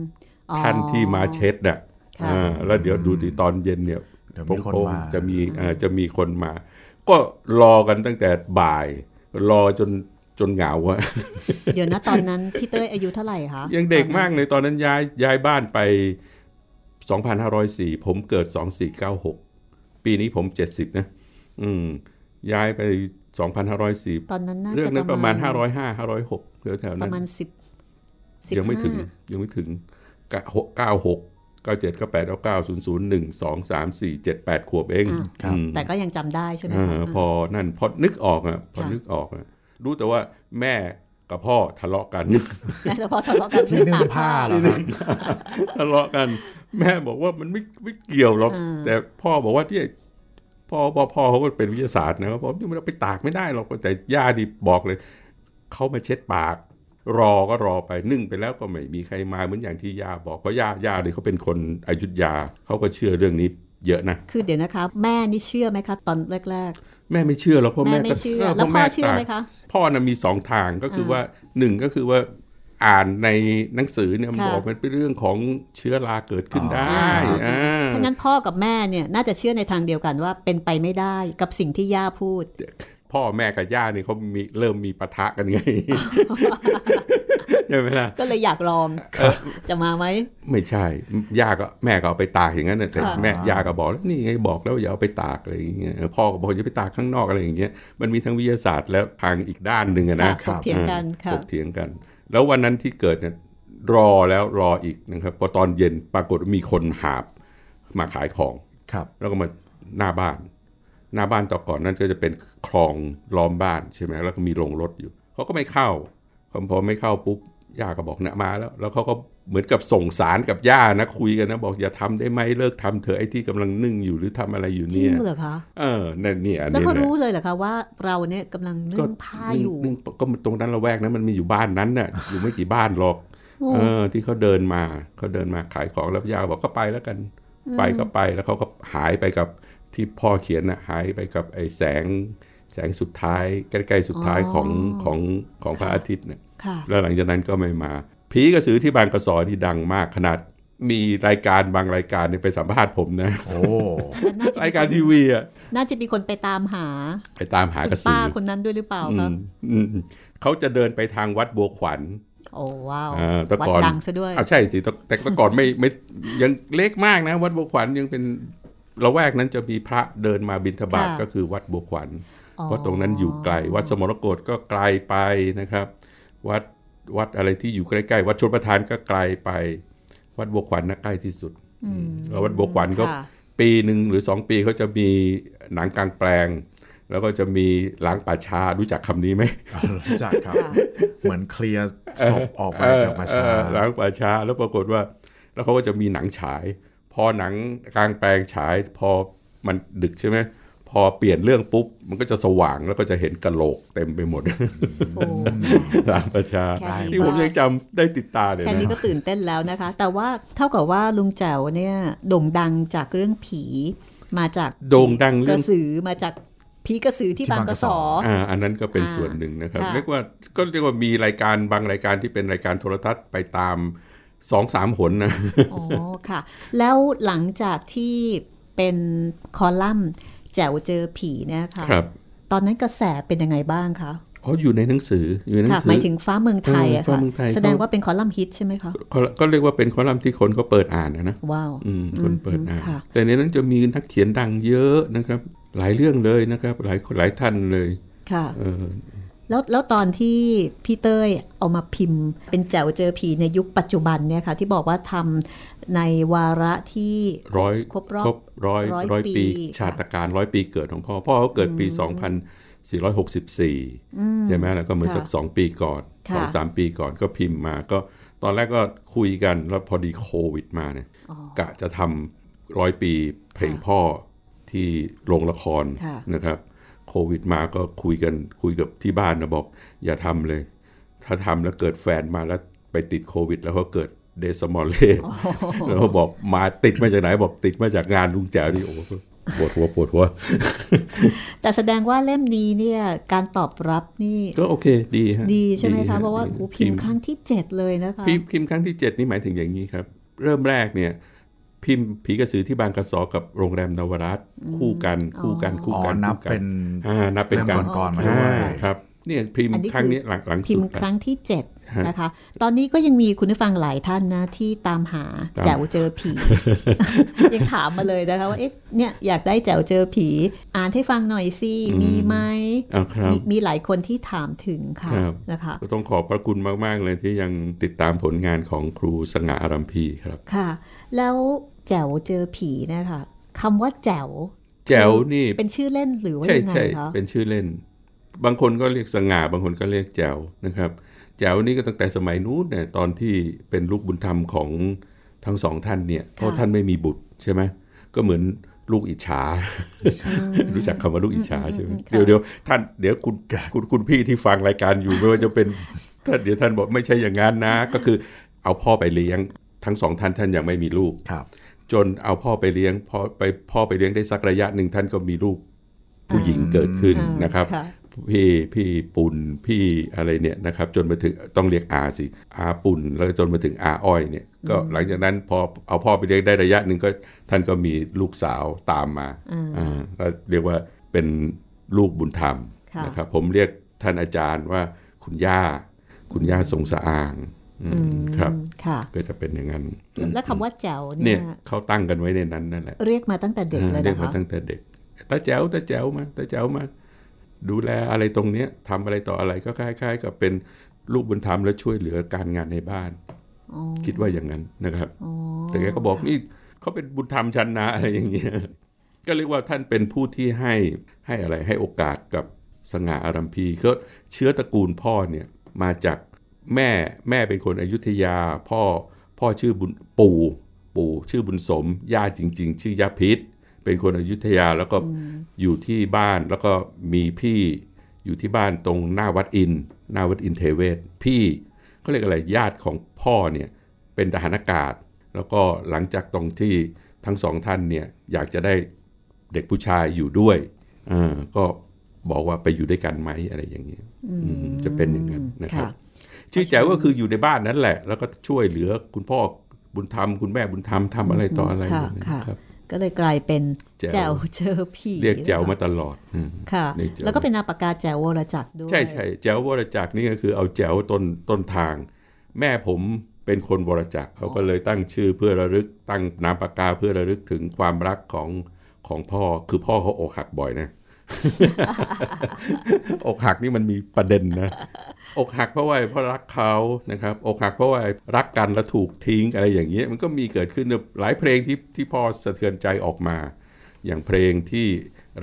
[SPEAKER 2] อ๋อ
[SPEAKER 4] ท่านที่มาเช็ดน่ะ
[SPEAKER 2] ค่ะ
[SPEAKER 4] อ่าแล้วเดี๋ยวดูดีตอนเย็นเนี่ย
[SPEAKER 3] เดี๋ยว
[SPEAKER 4] พ
[SPEAKER 3] มี
[SPEAKER 4] ง
[SPEAKER 3] คน
[SPEAKER 4] พง
[SPEAKER 3] มา
[SPEAKER 4] จะมีเอ่อจะมีคนมา ก็รอกันตั้งแต่บ่าย รอจนจนเหงาอะ [LAUGHS]
[SPEAKER 2] เดี๋ยวนะตอนนั้นพี่เต้ยอายุเท่าไหร่คะ
[SPEAKER 4] ยังเด็กมาก
[SPEAKER 2] ตอนนั้น
[SPEAKER 4] เลยตอนนั้นย้ายย้ายบ้านไป 2,504 ผมเกิด 2496 ปีนี้ผม 70 นะ อืม ย้ายไป 2,504
[SPEAKER 2] ตอนนั้นน่าจะ
[SPEAKER 4] เรื่องนั้นประมาณ 505
[SPEAKER 2] 500
[SPEAKER 4] 506แถวๆ
[SPEAKER 2] ป
[SPEAKER 4] นั้
[SPEAKER 2] ระ
[SPEAKER 4] น
[SPEAKER 2] มาณสิบสิบ
[SPEAKER 4] ยังไม่ถึง
[SPEAKER 2] ห้า
[SPEAKER 4] ยังไม่ถึงกะหกเก้าหกเก้าเจ็ดเก้าแปดเก้าเก้าศูนย์ศูนย์หนึ่งสองสามสี่เจ็ดแปดขวบเอง
[SPEAKER 2] อ่ะ
[SPEAKER 3] ครับ
[SPEAKER 4] อืม
[SPEAKER 2] แต่ก็ยังจำได้ใช่ไหม
[SPEAKER 4] อา
[SPEAKER 2] คะ
[SPEAKER 4] พอนั่นพอนึกออกอะพอ
[SPEAKER 2] ค่ะ
[SPEAKER 4] นึกออกอะรู้แต่ว่าแม่กับพ่อทะเลาะกัน
[SPEAKER 2] อ
[SPEAKER 4] [LAUGHS]
[SPEAKER 2] ่ะแล้วพอทะเลาะกัน
[SPEAKER 3] ที่
[SPEAKER 2] เรื่อง
[SPEAKER 3] นึ่ง
[SPEAKER 2] ตาก
[SPEAKER 3] ผ้า
[SPEAKER 2] ผ้า
[SPEAKER 3] เหรอครับ
[SPEAKER 4] ทะเลาะกัน แม่บอกว่ามันไม่ไม่เกี่ยวหรอก
[SPEAKER 2] อ่า
[SPEAKER 4] แต่พ่อบอกว่าที่พ่อพ่อพ่อเขาก็เป็นวิทยาศาสตร์นะครับผมนี่มันเอาไปตากไม่ได้หรอกแต่ย่าดิบอกเลยเขามาเช็ดปาก รอก็รอไปนึ่งไปแล้วก็ไม่มีใครมาเหมือนอย่างที่ย่าบอกเพราะย่าย่าเนี่ยเขาเป็นคนอยุธยาเขาก็เชื่อเรื่องนี้เยอะนะ
[SPEAKER 2] คือเดี๋ยวนะคะ แม่นี่เชื่อไหมคะ ตอนแรก
[SPEAKER 4] แม่ไม่เชื่อหรอกเพราะ
[SPEAKER 2] ๆ แม่
[SPEAKER 4] แม่
[SPEAKER 2] ไม่
[SPEAKER 4] ก็
[SPEAKER 2] เชื่อแล้ว
[SPEAKER 4] เพราะ
[SPEAKER 2] พ่อ
[SPEAKER 4] ม่
[SPEAKER 2] เชื่อ
[SPEAKER 4] ตาก
[SPEAKER 2] ไหมคะ
[SPEAKER 4] พ่อนะมีสองทางก็คือ
[SPEAKER 2] อ่า
[SPEAKER 4] ว่าหนึ่งก็คือว่าอ่านในหนังสือเนี่ยมัน
[SPEAKER 2] ค่ะ
[SPEAKER 4] บอกมันเป็นเรื่องของเชื้อราเกิดขึ้น
[SPEAKER 3] อ๋อ
[SPEAKER 4] ได้อ่า
[SPEAKER 2] ถ้างั้นพ่อกับแม่เนี่ยน่าจะเชื่อในทางเดียวกันว่าเป็นไปไม่ได้กับสิ่งที่ย่าพูด
[SPEAKER 4] พ่อแม่กับย่าเนี่ยเขามีเริ่มมีปะทะกัน
[SPEAKER 2] [LAUGHS]
[SPEAKER 4] ไง ใช่ไหมล่ะ
[SPEAKER 2] ก็เลยอยากลอง จะมาไหม
[SPEAKER 4] ไม่ใช่ย่าก็แม่ก็เอาไปตากอย่างนั้นน่ะแต่
[SPEAKER 2] ค่ะ
[SPEAKER 4] แม่ย่าก็บอกแล้วนี่ไงบอกแล้วอย่าเอาไปตากอะไรอย่างเงี้ยพ่อก็บอกอย่าไปตากข้างนอกอะไรอย่างเงี้ยมันมีทั้งวิทยาศาสตร์และทางอีกด้านหนึ่งอะนะ
[SPEAKER 2] ถกเถียงกัน
[SPEAKER 4] อ่า
[SPEAKER 2] ค่ะ
[SPEAKER 4] ถกเถียงกัน แล้ววันนั้นที่เกิดเนี่ยรอแล้วรออีกนะครับพอตอนเย็นปรากฏว่ามีคนหาบมาขายของ
[SPEAKER 3] ครับ
[SPEAKER 4] แล้วก็มาหน้าบ้าน หน้าบ้านต่อก่อนนั่นก็จะเป็นคลองล้อมบ้านใช่ไหมแล้วก็มีโรงรถอยู่เขาก็ไม่เข้าพอไม่เข้าปุ๊บย่าก็บอกนะมาแล้ว แล้วเขาก็เหมือนกับส่งสารกับย่านะคุยกันนะบอกอย่าทำได้ไหมเลิกทำเถอะไอ้ที่กำลังนึ่งอยู่หรือทำอะไรอยู่
[SPEAKER 2] จริ
[SPEAKER 4] เนี่
[SPEAKER 2] ง
[SPEAKER 4] ย
[SPEAKER 2] เหรอคะ
[SPEAKER 4] เออนั่นเนี่ยอัน
[SPEAKER 2] แล้ว
[SPEAKER 4] นี้
[SPEAKER 2] เขา
[SPEAKER 4] แหละ
[SPEAKER 2] รู้เลยเหรอคะว่าเราเนี่ยกำลังนึ่งผ้าอยู่
[SPEAKER 4] นึ่งนึ่งก็ตรงนั้นละแวกนั้นมันมีอยู่บ้านนั้นน่ะ อยู่ไม่กี่บ้านหรอก
[SPEAKER 2] โอ้
[SPEAKER 4] เออ ที่เขาเดินมาเขาเดินมาขายของแล้วยาบอกก็ไปแล้วกัน ไปก็ไปแล้วเขาก็หายไปกับที่พ่อเขียนน่ะหายไปกับไอ้แสง แสงสุดท้ายใกล้ๆสุดท้ายของของของพระอาทิตย์เนี่ย
[SPEAKER 2] ค่ะ
[SPEAKER 4] แล้วหลังจากนั้นก็ไม่มา ผีกระสือที่บางกระสอนี่ดังมากขนาดมีรายการบางรายการเนี่ยไปสัมภาษณ์ผม
[SPEAKER 2] [LAUGHS]
[SPEAKER 4] นะ
[SPEAKER 3] โอ้
[SPEAKER 4] รายการทีวีอ่ะ
[SPEAKER 2] น่าจะมีคนไปตามหา
[SPEAKER 4] ไปตามหา
[SPEAKER 2] คุ
[SPEAKER 4] ก
[SPEAKER 2] ณ
[SPEAKER 4] ระสื
[SPEAKER 2] ป้า
[SPEAKER 4] อ
[SPEAKER 2] คนนั้นด้วยหรือเปล่า
[SPEAKER 4] อื
[SPEAKER 2] คะ
[SPEAKER 4] มอืมเขาจะเดินไปทางวัดบัวขวัญ
[SPEAKER 2] โอ้ว้าว
[SPEAKER 4] อ่าแต่
[SPEAKER 2] วัด
[SPEAKER 4] ก่อน
[SPEAKER 2] ดังซะด้วย
[SPEAKER 4] อ้าวใช่สิแต่แต่แต่ก่อนไม่ [LAUGHS] ไม่ยังเล็กมากนะ วัดบัวขวัญยังเป็นละแวกนั้นจะมีพระเดินมาบิณฑบาต
[SPEAKER 2] ค่ะ
[SPEAKER 4] ก็คือวัดบัวขวัญ
[SPEAKER 2] อ๋อ
[SPEAKER 4] เพราะตรงนั้นอยู่ไกล วัดสมรกฏก็ไกลไปนะครับ วัด วัดอะไรที่อยู่ใกล้ๆ วัดชนประทานก็ไกลไป วัดบัวขวัญน่ะใกล้ที่สุดแล้ววัดบัวขวัญก็
[SPEAKER 2] ค่ะ
[SPEAKER 4] ปีหนึ่งหรือสองปีเขาจะมีหนังกลางแปลง แล้วก็จะมีล้างป่าช้ารู้จักคำนี้ไหม
[SPEAKER 3] รู้จักครับ
[SPEAKER 2] ค่ะ
[SPEAKER 3] เหมือนเคลียร์ศพออกมาจากประชา
[SPEAKER 4] เออหลังป่าช้าแล้วปรากฏว่า แล้วเขาก็จะมีหนังฉาย พอหนังกลางแปลงฉาย พอมันดึกใช่ไหมพอเปลี่ยนเรื่องปุ๊บ มันก็จะสว่างแล้วก็จะเห็นกะโหลกเต็มไปหมด [LAUGHS]
[SPEAKER 2] โอ้
[SPEAKER 4] หลังประชา
[SPEAKER 2] แค่นี้
[SPEAKER 4] ที่ผม
[SPEAKER 2] ก็
[SPEAKER 4] ยังจำได้ติดตาเลย
[SPEAKER 2] แค่นี้
[SPEAKER 4] นะ
[SPEAKER 2] ก็ตื่นเต้นแล้วนะคะ แต่ว่าเท่ากับว่าลุงแจ๋วเนี่ยโด่งดังจากเรื่องผีมาจาก
[SPEAKER 4] โด่งดัง
[SPEAKER 2] ก
[SPEAKER 4] เรื่
[SPEAKER 2] ระ
[SPEAKER 4] อง
[SPEAKER 2] สือมาจากผีกระสือที่บางกระสอ
[SPEAKER 4] อ่าอันนั้นก็เป็น
[SPEAKER 2] อ่า
[SPEAKER 4] ส่วนหนึ่งนะครับ
[SPEAKER 2] ค่ะ
[SPEAKER 4] เรียกว่าก็เรียกว่ามีรายการบางรายการที่เป็นรายการโทรทัศน์ไปตามสองสามหนนะ
[SPEAKER 2] อ๋อค่ะ แล้วหลังจากที่เป็นคอลัมน์แจ๋วเจอผีเนี่ยค่ะ
[SPEAKER 4] ครับ
[SPEAKER 2] ตอนนั้นกระแสเป็นยังไงบ้างคะ
[SPEAKER 4] อ๋ออยู่ในหนังสืออยู่ในหนั
[SPEAKER 2] ค่ะ
[SPEAKER 4] ง
[SPEAKER 2] ห
[SPEAKER 4] สือ
[SPEAKER 2] มายถึงฟ้าเมืองไทยอะ
[SPEAKER 4] เออฟ้า
[SPEAKER 2] ค่ะ
[SPEAKER 4] เมืองไทย
[SPEAKER 2] แสดงว่าเป็นคอลัมน์ฮิตใช่ไหมคะ
[SPEAKER 4] ก็ก็เรียกว่าเป็นคอลัมน์ที่คนเขาเปิดอ่านนะนะ
[SPEAKER 2] ว้าว
[SPEAKER 4] อืมคนเปิดอ่าน
[SPEAKER 2] ค่ะ
[SPEAKER 4] แต่ในนั้นจะมีนักเขียนดังเยอะนะครับ หลายเรื่องเลยนะครับ หลายคนหลายท่านเลย
[SPEAKER 2] ค่ะ
[SPEAKER 4] เออ
[SPEAKER 2] แล้วแล้วตอนที่พี่เต้ยเอามาพิมพ์ เป็นแจ๋วเจอผีในยุคปัจจุบันเนี่ยค่ะ ที่บอกว่าทำในวาระที่
[SPEAKER 4] ร้อย
[SPEAKER 2] ครบรอบ
[SPEAKER 4] ร้อย
[SPEAKER 2] ร้อย
[SPEAKER 4] ร้อย
[SPEAKER 2] ปี
[SPEAKER 4] ปี
[SPEAKER 2] ค่ะ
[SPEAKER 4] ชาตการร้อยปีเกิดของพ่อ พ่อเขาเกิดปี 2464 ใช่ไหมแล้วก็เหมือน
[SPEAKER 2] ค่ะ
[SPEAKER 4] สักสองปีก่อน
[SPEAKER 2] ค่ะ
[SPEAKER 4] สองสามปีก่อนก็พิมพ์มา ก็ตอนแรกก็คุยกันแล้วพอดีโควิดมาเนี่ยกะจะทำร้อยปีเพลงพ่อที่โรงละคร
[SPEAKER 2] ค่ะ
[SPEAKER 4] นะครับโควิดมาก็คุยกันคุยกับที่บ้านนะบอก อย่าทำเลย ถ้าทำแล้วเกิดแฟนมาแล้วไปติดโควิด แล้วก็เกิดเดสมอลเล่แล้วก็บอกมาติดมาจากไหนบอกติดมาจากงานลุงแจ๋วนี่โอ้โหปวดหัวปวดหัว
[SPEAKER 2] แต่แสดงว่าเล่มนี้เนี่ยการตอบรับนี่
[SPEAKER 4] ก็โอเคดีฮะ
[SPEAKER 2] ดีใช่ไหม
[SPEAKER 4] ฮ
[SPEAKER 2] คะ เพราะว่า
[SPEAKER 4] ดี
[SPEAKER 2] โอ้พิมพ์ครั้งที่ 7 เลยนะคะ
[SPEAKER 4] พิมพ์พิมพ์ครั้งที่ 7 นี่หมายถึงอย่างนี้ครับ เริ่มแรกเนี่ยพิมพ์ผีกระสือที่บางกระสอกับโรงแรมนวรัตน์คู่กันคู่กันคู่
[SPEAKER 3] อ๋อ
[SPEAKER 4] กัน
[SPEAKER 3] นับ
[SPEAKER 4] คู่กั
[SPEAKER 3] เป็น
[SPEAKER 4] อ่านับเป็น
[SPEAKER 3] เริ่ม
[SPEAKER 4] การ
[SPEAKER 3] ก่อนๆมา
[SPEAKER 4] อ่า
[SPEAKER 3] ด้วย
[SPEAKER 4] ครับเนี่ยพิมพ์
[SPEAKER 2] อันนี้
[SPEAKER 4] ครั้ง
[SPEAKER 2] คือ
[SPEAKER 4] นี้หลังหลัง
[SPEAKER 2] พิม
[SPEAKER 4] สุด
[SPEAKER 2] พ์ค
[SPEAKER 4] ละ
[SPEAKER 2] รั้งที่
[SPEAKER 4] ฮะ
[SPEAKER 2] 7 นะคะ ตอนนี้ก็ยังมีคุณผู้ฟังหลายท่านนะ ที่ตามหา
[SPEAKER 4] ตาม
[SPEAKER 2] แจ๋วเจอผี
[SPEAKER 4] [LAUGHS]
[SPEAKER 2] ยังถามมาเลยนะคะว่าเอ๊ะเนี่ยอยากได้แจ๋วเจอผี อ่านให้ฟังหน่อยสิมีไหม
[SPEAKER 4] อ่าครับ
[SPEAKER 2] มีมีหลายคนที่ถามถึงค่ะ
[SPEAKER 4] ครับ
[SPEAKER 2] นะคะ
[SPEAKER 4] ก็ต้องขอบพระคุณมาก ๆ เลยที่ยังติดตามผลงานของครูสง่าอารัมพีครับ
[SPEAKER 2] ค่ะ แล้วแจ๋วเจอผีเนะคะคำว่าแจ๋ว
[SPEAKER 4] แจ๋วนี่
[SPEAKER 2] เป็นชื่อเล่นหรือว่า
[SPEAKER 4] ใช่
[SPEAKER 2] ยังไง
[SPEAKER 4] ใช่
[SPEAKER 2] คะ
[SPEAKER 4] เป็นชื่อเล่น บางคนก็เรียกสง่าบางคนก็เรียกแจ๋วนะครับ แจ๋วนี่ก็ตั้งแต่สมัยนู้นเนี่ยตอนที่เป็นลูกบุญธรรมของทั้งสองท่านเนี่ยเพราะท่านไม่มีบุตรใช่ไหมก็เหมือนลูกอิจฉา รู้จักคำว่าลูกอิจฉาใช่ไหมเดี๋ยวเดี๋ยวท่านเดี๋ยวคุณคุณคุณพี่ที่ฟังรายการอยู่ไม่ว่าจะเป็น ท่านเดี๋ยวท่านบอกไม่ใช่อย่างนั้นนะ ก็คือเอาพ่อไปเลี้ยงทั้งสองท่านท่านยังไม่มีลูก
[SPEAKER 3] ครับ
[SPEAKER 4] จนเอาพ่อไปเลี้ยงพอไปพ่อไปเลี้ยงได้สักระยะหนึ่งท่านก็มีลูกผู้หญิงเกิดขึ้น
[SPEAKER 2] อ่า
[SPEAKER 4] นะครับ พี่พี่ปุ่นพี่อะไรเนี่ยนะครับ จนมาถึงต้องเรียกอาสิอาปุ่นแล้วก็จนมาถึงอาอ้อยเนี่ยก็หลังจากนั้นพอเอาพ่อไปเลี้ยงได้ระยะหนึ่งก็ท่านก็มีลูกสาวตามมาอ่าก็เรียกว่าเป็นลูกบุญธรรม
[SPEAKER 2] ค่ะ
[SPEAKER 4] นะครับ ผมเรียกท่านอาจารย์ว่าคุณย่า คุณย่าทรงสะอางอืมครับ
[SPEAKER 2] ค่ะ
[SPEAKER 4] ก็จะเป็นอย่างนั้น
[SPEAKER 2] แล้วคำว่าแจ๋ว
[SPEAKER 4] เนี่
[SPEAKER 2] เนี่ย ย
[SPEAKER 4] เขาตั้งกันไว้ในนั้นนั่นแหละ
[SPEAKER 2] เรียกมาตั้งแต่เด็กเลย
[SPEAKER 4] เรีย
[SPEAKER 2] นะ
[SPEAKER 4] กมา
[SPEAKER 2] คะ
[SPEAKER 4] ตั้งแต่เด็กตาแจ๋วตาแจ๋วมาตาแจ๋วมา ดูแลอะไรตรงเนี้ยทำอะไรต่ออะไรก็คล้าย ๆ กับเป็นลูกบุญธรรมและช่วยเหลือการงานในบ้าน
[SPEAKER 2] อ๋อ
[SPEAKER 4] คิดว่าอย่างนั้นนะครับ แต่แกก็บอกนี่เขาเป็นบุญธรรมชันนะอะไรอย่างเงี้ยก็เรียกว่าท่านเป็นผู้ที่ให้ให้อะไรให้โอกาสกับสง่าอารัมพีก็เชื้อตระกูลพ่อเนี่ยมาจากแม่แม่เป็นคนอยุธยา พ่อพ่อชื่อบุญปู่ปู่ชื่อบุญสมย่าจริง ๆ ชื่อยาพิษ เป็นคนอยุธยาแล้วก็อยู่ที่บ้านแล้วก็มีพี่อยู่ที่บ้านตรงหน้าวัดอินทร์หน้าวัดอินเทเวศพี่เขาเรียกอะไรญาติของพ่อเนี่ย เป็นทหารอากาศ แล้วก็หลังจากตรงที่ทั้งสองท่านเนี่ยอยากจะได้เด็กผู้ชายอยู่ด้วยเออก็บอกว่าไปอยู่ด้วยกันไหมอะไรอย่างเงี้ยอืมจะเป็นอย่างนั้นนะครับ
[SPEAKER 2] ค่ะ
[SPEAKER 4] ชื่อแจ๋วก็คืออยู่ในบ้านนั้นแหละ แล้วก็ช่วยเหลือคุณพ่อบุญธรรมคุณแม่บุญธรรมทำอะไรต่ออะไร
[SPEAKER 2] ค่ะ
[SPEAKER 4] อย่างเงี้ย
[SPEAKER 2] ค่ะ
[SPEAKER 4] ครับ
[SPEAKER 2] ก็เลยกลายเป็น
[SPEAKER 4] แจ๋ว
[SPEAKER 2] แจ๋วเจอผี
[SPEAKER 4] เรียกแจ๋วมาตลอดอืม
[SPEAKER 2] ค่ะ
[SPEAKER 4] เรียกแจ๋ว
[SPEAKER 2] แล้วก็เป็นนามปากกาแจ๋ววรจักรด้วย
[SPEAKER 4] ใช่ใช่แจ๋ววรจักรนี่ก็คือเอาแจ๋วต้นต้นทาง แม่ผมเป็นคนวรจักรเขาก็เลยตั้งชื่อเพื่อระลึกตั้งนามปากกาเพื่อระลึกถึงความรักของของพ่อคือพ่อเขาอกหักบ่อยนะ [LAUGHS] อกหักนี่มันมีประเด็นนะ อกหักเพราะว่าเพราะรักเขานะครับ อกหักเพราะว่ารักกันแล้วถูกทิ้งอะไรอย่างเงี้ยมันก็มีเกิดขึ้นหลายเพลงที่ที่พอสะเทือนใจออกมา อย่างเพลงที่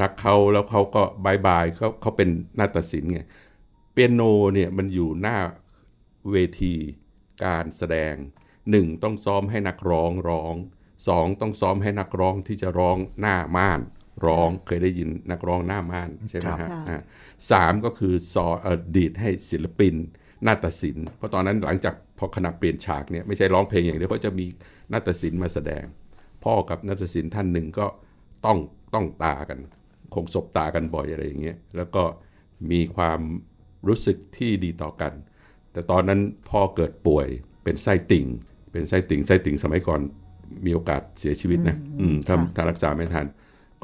[SPEAKER 4] รักเขาแล้วเขาก็บายบายเขาเขาเป็นนาฏศิลป์ไงเปียโนเนี่ยมันอยู่หน้าเวทีการแสดงหนึ่งต้องซ้อมให้นักร้องร้องสองต้องซ้อมให้นักร้องที่จะร้องหน้าม่าน ร้องเคยได้ยินนักร้องหน้าม่านใช่ไหม
[SPEAKER 3] ครับ
[SPEAKER 4] ฮะ
[SPEAKER 2] ค่ะ
[SPEAKER 4] อ่า สามก็คือสอนเออดีดให้ศิลปินนาฏศิลป์เพราะตอนนั้นหลังจากพอคณะเปลี่ยนฉากเนี่ยไม่ใช่ร้องเพลงอย่างเดียวเขาจะมีนาฏศิลป์มาแสดง พ่อกับนาฏศิลป์ท่านหนึ่งก็ต้องต้องตากัน คงสบตากันบ่อยอะไรอย่างเงี้ยแล้วก็มีความรู้สึกที่ดีต่อกัน แต่ตอนนั้นพ่อเกิดป่วยเป็นไส้ติ่ง เป็นไส้ติ่งไส้ติ่งสมัยก่อนมีโอกาสเสียชีวิตนะอืมถ้า
[SPEAKER 2] ค่ะ
[SPEAKER 4] ถ้ารักษาไม่ทัน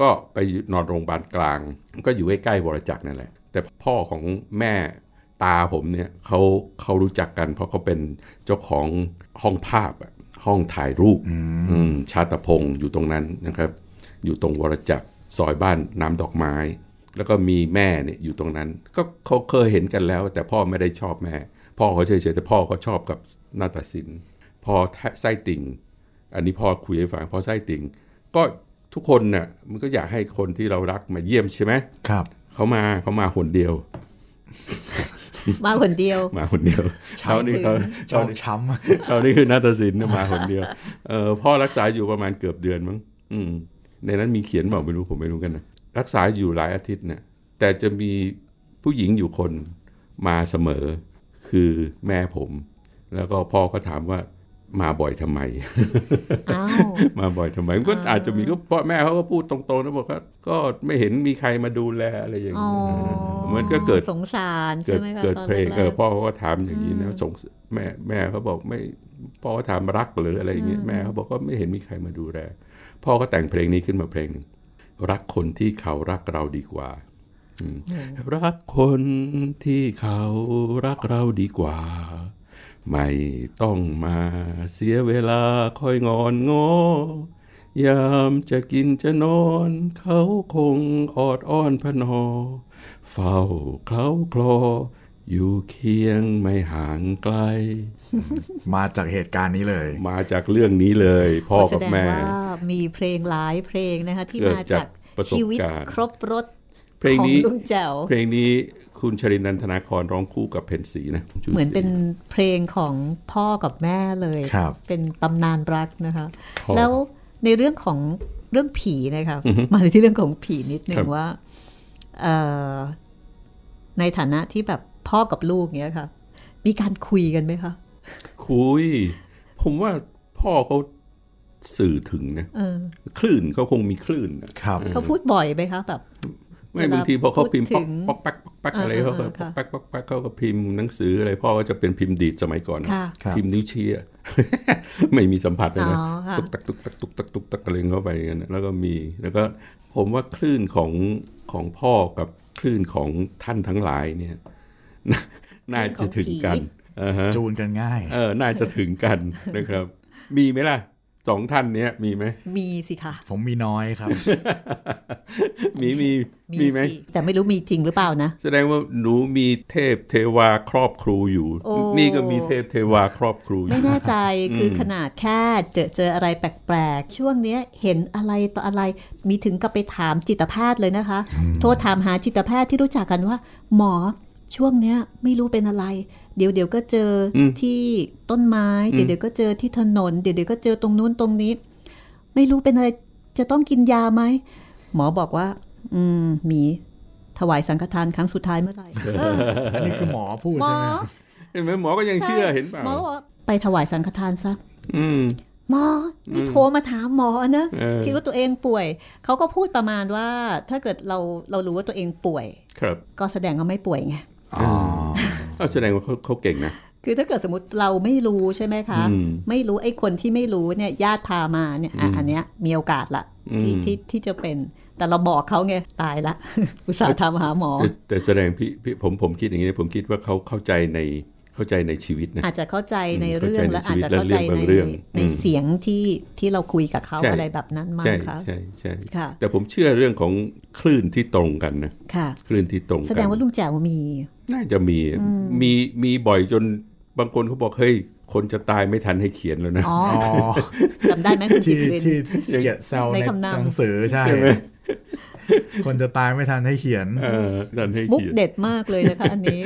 [SPEAKER 4] ก็ไปนอนโรงพยาบาลกลาง ก็อยู่ใกล้ๆวรจักรนั่นแหละ แต่พ่อของแม่ตาผมเนี่ยเขาเขารู้จักกัน เพราะเขาเป็นเจ้าของห้องภาพอะห้องถ่ายรูปอืมชาตพงศ์อยู่ตรงนั้นนะครับ อยู่ตรงวรจักรซอยบ้านน้ำดอกไม้ แล้วก็มีแม่เนี่ยอยู่ตรงนั้น ก็เขาเคยเห็นกันแล้ว แต่พ่อไม่ได้ชอบแม่ พ่อเขาเฉยๆแต่พ่อเขาชอบกับนาฏศิลป์พอไส้ติ่ง อันนี้พอคุยให้ฟังพอไส้ติ่ง ก็ทุกคนน่ะมันก็อยากให้คนที่เรารักมาเยี่ยมใช่ไหม
[SPEAKER 3] ครับ
[SPEAKER 4] เขามาเขามาคนเดียว
[SPEAKER 2] มาคน
[SPEAKER 4] [LAUGHS]
[SPEAKER 2] เดียว
[SPEAKER 4] มาคนเดียวเช้านี้เขา
[SPEAKER 3] ชอ
[SPEAKER 4] เช้า
[SPEAKER 3] บ
[SPEAKER 4] นี้
[SPEAKER 3] ช้
[SPEAKER 4] เช้า [LAUGHS] นี้คือนาฏศิลป์น่ะมาคนเดียวเออพ่อรักษาอยู่ประมาณเกือบเดือนมั้งอืมในนั้นมีเขียนบอกไม่รู้ผมไม่รู้กันนะรักษาอยู่หลายอาทิตย์เนี่ยแต่จะมีผู้หญิงอยู่คนมาเสมอ คือแม่ผม แล้วก็พ่อก็ถามว่ามาบ่อยทำไม [LAUGHS]
[SPEAKER 2] อ้าว
[SPEAKER 4] มาบ่อยทำไมมันก็อาจจะมีก็พ่อแม่เขาก็พูดตรงๆนะบอกว่าก็ไม่เห็นมีใครมาดูแลอะไรอย่าง
[SPEAKER 2] อ๋อ
[SPEAKER 4] นี้มันก็เกิด
[SPEAKER 2] สงสาร
[SPEAKER 4] เกิ
[SPEAKER 2] ใช่
[SPEAKER 4] ด
[SPEAKER 2] ไหมคะ
[SPEAKER 4] เกิด
[SPEAKER 2] ตอน
[SPEAKER 4] เพลง
[SPEAKER 2] แรกๆ
[SPEAKER 4] เออพ่อเขาก็ถามอย่างนี้นะสงสแม่แม่เขาบอกไม่พ่อเขาถามรักหรืออะไรอย่างเงี้ยแม่เขาบอกก็ไม่เห็นมีใครมาดูแลพ่อก็แต่งเพลงนี้ขึ้นมาเพลงหนึ่งรักคนที่เขารักเราดีกว่าอืมรักคนที่เขารักเราดีกว่า ไม่ต้องมาเสียเวลาคอยงอนงอยามจะกินจะนอน เขาคงออดอ้อนพนอ เฝ้าเคล้าคลอ อยู่เคียงไม่ห่างไกล
[SPEAKER 3] ำมาจากเหตุการณ์นี้เลย
[SPEAKER 4] มาจากเรื่องนี้เลยพ่อ
[SPEAKER 2] ก็แส
[SPEAKER 4] กับ
[SPEAKER 2] ดง
[SPEAKER 4] แม่
[SPEAKER 2] ว่ามีเพลงหลายเพลงนะคะที่
[SPEAKER 4] เกิด
[SPEAKER 2] มาจาก
[SPEAKER 4] จากประสบการณ์
[SPEAKER 2] ชีวิตครบรถ
[SPEAKER 4] เพลง
[SPEAKER 2] ของ
[SPEAKER 4] นี้
[SPEAKER 2] ลุงแจ๋ว
[SPEAKER 4] เพลงนี้คุณชรินันธนาครร้องคู่กับเพนสีนะชูศรี
[SPEAKER 2] เหมือนเป็นเพลงของพ่อกับแม่เลย
[SPEAKER 3] ครับ
[SPEAKER 2] เป็นตำนานรักนะคะ
[SPEAKER 4] พ่อ
[SPEAKER 2] แล้วในเรื่องของเรื่องผีนะคะมาที่เรื่องของผีนิดนึ
[SPEAKER 4] ครั
[SPEAKER 2] ง
[SPEAKER 4] บ
[SPEAKER 2] ว่าเอ่อในฐานะที่แบบพ่อกับลูกเนี้ยค่ะ มีการคุยกันไหมคะ
[SPEAKER 4] คุย ผมว่าพ่อเขาสื่อถึงนะ
[SPEAKER 2] เออ
[SPEAKER 4] คลื่นเขาคงมีคลื่นนะ
[SPEAKER 3] ครับ
[SPEAKER 2] เขาพูดบ่อยไหมคะแบบ
[SPEAKER 4] ไม่
[SPEAKER 2] เวลา
[SPEAKER 4] บางทีพอเขาพิมพ์
[SPEAKER 2] พูด
[SPEAKER 4] ป๊
[SPEAKER 2] ถึง
[SPEAKER 4] อกป๊อกป๊กป๊อกป๊ก
[SPEAKER 2] อ่า
[SPEAKER 4] อะไรเขาก็
[SPEAKER 2] อ่าค่ะ
[SPEAKER 4] ป๊อกป๊กป๊กป๊กเขาก็พิมพ์หนังสืออะไรพ่อก็จะเป็นพิมพ์ดีดสมัยก่อนนะ
[SPEAKER 2] ค่ะ
[SPEAKER 3] ครับ
[SPEAKER 4] พิมพ์นิ้วชี้อะ [LAUGHS] ไม่มีสัมผัสเลยนะ
[SPEAKER 2] อ๋อค่ะ
[SPEAKER 4] ตุกตักตุกตักตุกตักตุกตักอะไรเข้าไปอย่างนั้นแล้วก็มีแล้วก็ผมว่าคลื่นของของพ่อกับคลื่นของท่านทั้งหลายเนี่ย [LAUGHS] น่าน่าจะถึงกันอ่าฮะ
[SPEAKER 3] จูนกันง่าย
[SPEAKER 4] เออ น่าจะถึง
[SPEAKER 2] [LAUGHS]
[SPEAKER 4] กัน นะครับ มีไหมล่ะสองท่านเนี้ยมีไหม
[SPEAKER 2] มีสิคะ
[SPEAKER 3] ผมมีน้อยครับ
[SPEAKER 4] มีมีมีไหม
[SPEAKER 2] สิแต่ไม่รู้มีจริงหรือเปล่านะ
[SPEAKER 4] แสดงว่าหนูมีเทพเทวาครอบครูอยู่
[SPEAKER 2] โอ้
[SPEAKER 4] นี่ก็มีเทพเทวาครอบครูอ
[SPEAKER 2] ไม่
[SPEAKER 4] ยู่
[SPEAKER 2] แน่ใจคือขนาดแค่เจอเจออะไรแปลกๆ ช่วงเนี้ยเห็นอะไรต่ออะไรมีถึงกับไปถามจิตแพทย์เลยนะคะ โทรถามหาจิตแพทย์ที่รู้จักกันว่า หมอช่วงเนี้ยไม่รู้เป็นอะไร เดี๋ยวเดี๋ยวก็เจออ
[SPEAKER 4] ม
[SPEAKER 2] ที่ต้นไม้ เดี๋ยวเดี๋ยวก็เจอที่ถนน เดี๋ยวเดี๋ยวก็เจอตรงนู้นตรงนี้ ไม่รู้เป็นอะไรจะต้องกินยาไหมหมอบอกว่า อืมหมีถวายสังฆทานครั้งสุดท้ายเมื่อไหร่เออ
[SPEAKER 3] อันนี้คือหมอพูด
[SPEAKER 2] หมอ
[SPEAKER 3] ใช่ไหม
[SPEAKER 4] เห็นไหมหมอก็ยังเชื่อเห็นเปล่า
[SPEAKER 2] หมอบอกว่าไปถวายสังฆทานซะ
[SPEAKER 4] อืม
[SPEAKER 2] หมอนี่โทรมาถามหมอเนอะ
[SPEAKER 4] เออ
[SPEAKER 2] คิดว่าตัวเองป่วย เขาก็พูดประมาณว่า ถ้าเกิดเราเรารู้ว่าตัวเองป่วย
[SPEAKER 4] ครับ
[SPEAKER 2] ก็แสดงว่าไม่ป่วยไง
[SPEAKER 3] อ๋อ
[SPEAKER 4] เอาแสดงว่าเขาเขาเก่งนะ
[SPEAKER 2] คือถ้าเกิดสมมติเราไม่รู้ใช่ไหมคะ
[SPEAKER 4] อืม
[SPEAKER 2] ไม่รู้ไอ้คนที่ไม่รู้เนี่ยญาติพามาเนี่ยอ่ะอันเนี้ยมีโอกาสละ
[SPEAKER 4] อืม
[SPEAKER 2] ที่ที่ที่จะเป็น แต่เราบอกเขาไงตายละ [LAUGHS] อุตส่าห์ทำหาหมอ
[SPEAKER 4] [LAUGHS] แต่แต่แสดงพี่พี่ผมผมคิดอย่างนี้ผมคิดว่าเขาเข้าใจใน เข้าใจในชีวิตนะ
[SPEAKER 2] อาจจะเข้าใจใน
[SPEAKER 4] อืม
[SPEAKER 2] เรื่องและอาจจะเข้าใจใน
[SPEAKER 4] เข้าใจในชีวิตและเรื่องบาง
[SPEAKER 2] ใน
[SPEAKER 4] เรื่องอืม
[SPEAKER 2] เสียงที่ที่เราคุยกับเขา
[SPEAKER 4] ใช่
[SPEAKER 2] อะไรแบบนั้นมั้ง
[SPEAKER 4] ใช่
[SPEAKER 2] คะ
[SPEAKER 4] ใช่ใช่
[SPEAKER 2] ค่ะ
[SPEAKER 4] แต่ผมเชื่อเรื่องของคลื่นที่ตรงกันนะ
[SPEAKER 2] ค่ะ
[SPEAKER 4] คลื่นที่ตรงกัน
[SPEAKER 2] แสดงว่าลุงแจ๋วมี
[SPEAKER 4] น่าจะมีมีมีบ่อยจนบางคนเขาบอกเฮ้ยคนจะตายไม่ทันให้เขียนแล้วนะ
[SPEAKER 2] อ๋อ
[SPEAKER 3] อ๋อ
[SPEAKER 2] จำได้ไหมคุณจิ
[SPEAKER 3] ที่
[SPEAKER 2] ตริ
[SPEAKER 4] [LAUGHS]
[SPEAKER 2] น
[SPEAKER 3] ที่เขียนแซว
[SPEAKER 2] ใน
[SPEAKER 3] ใน
[SPEAKER 2] คำนาม
[SPEAKER 3] หนังสือใช่ คนจะตายไม่ทันให้เขียน
[SPEAKER 4] เออทันให้
[SPEAKER 2] มุก
[SPEAKER 4] เขียน
[SPEAKER 2] เด็ดมากเลยนะคะ อันนี้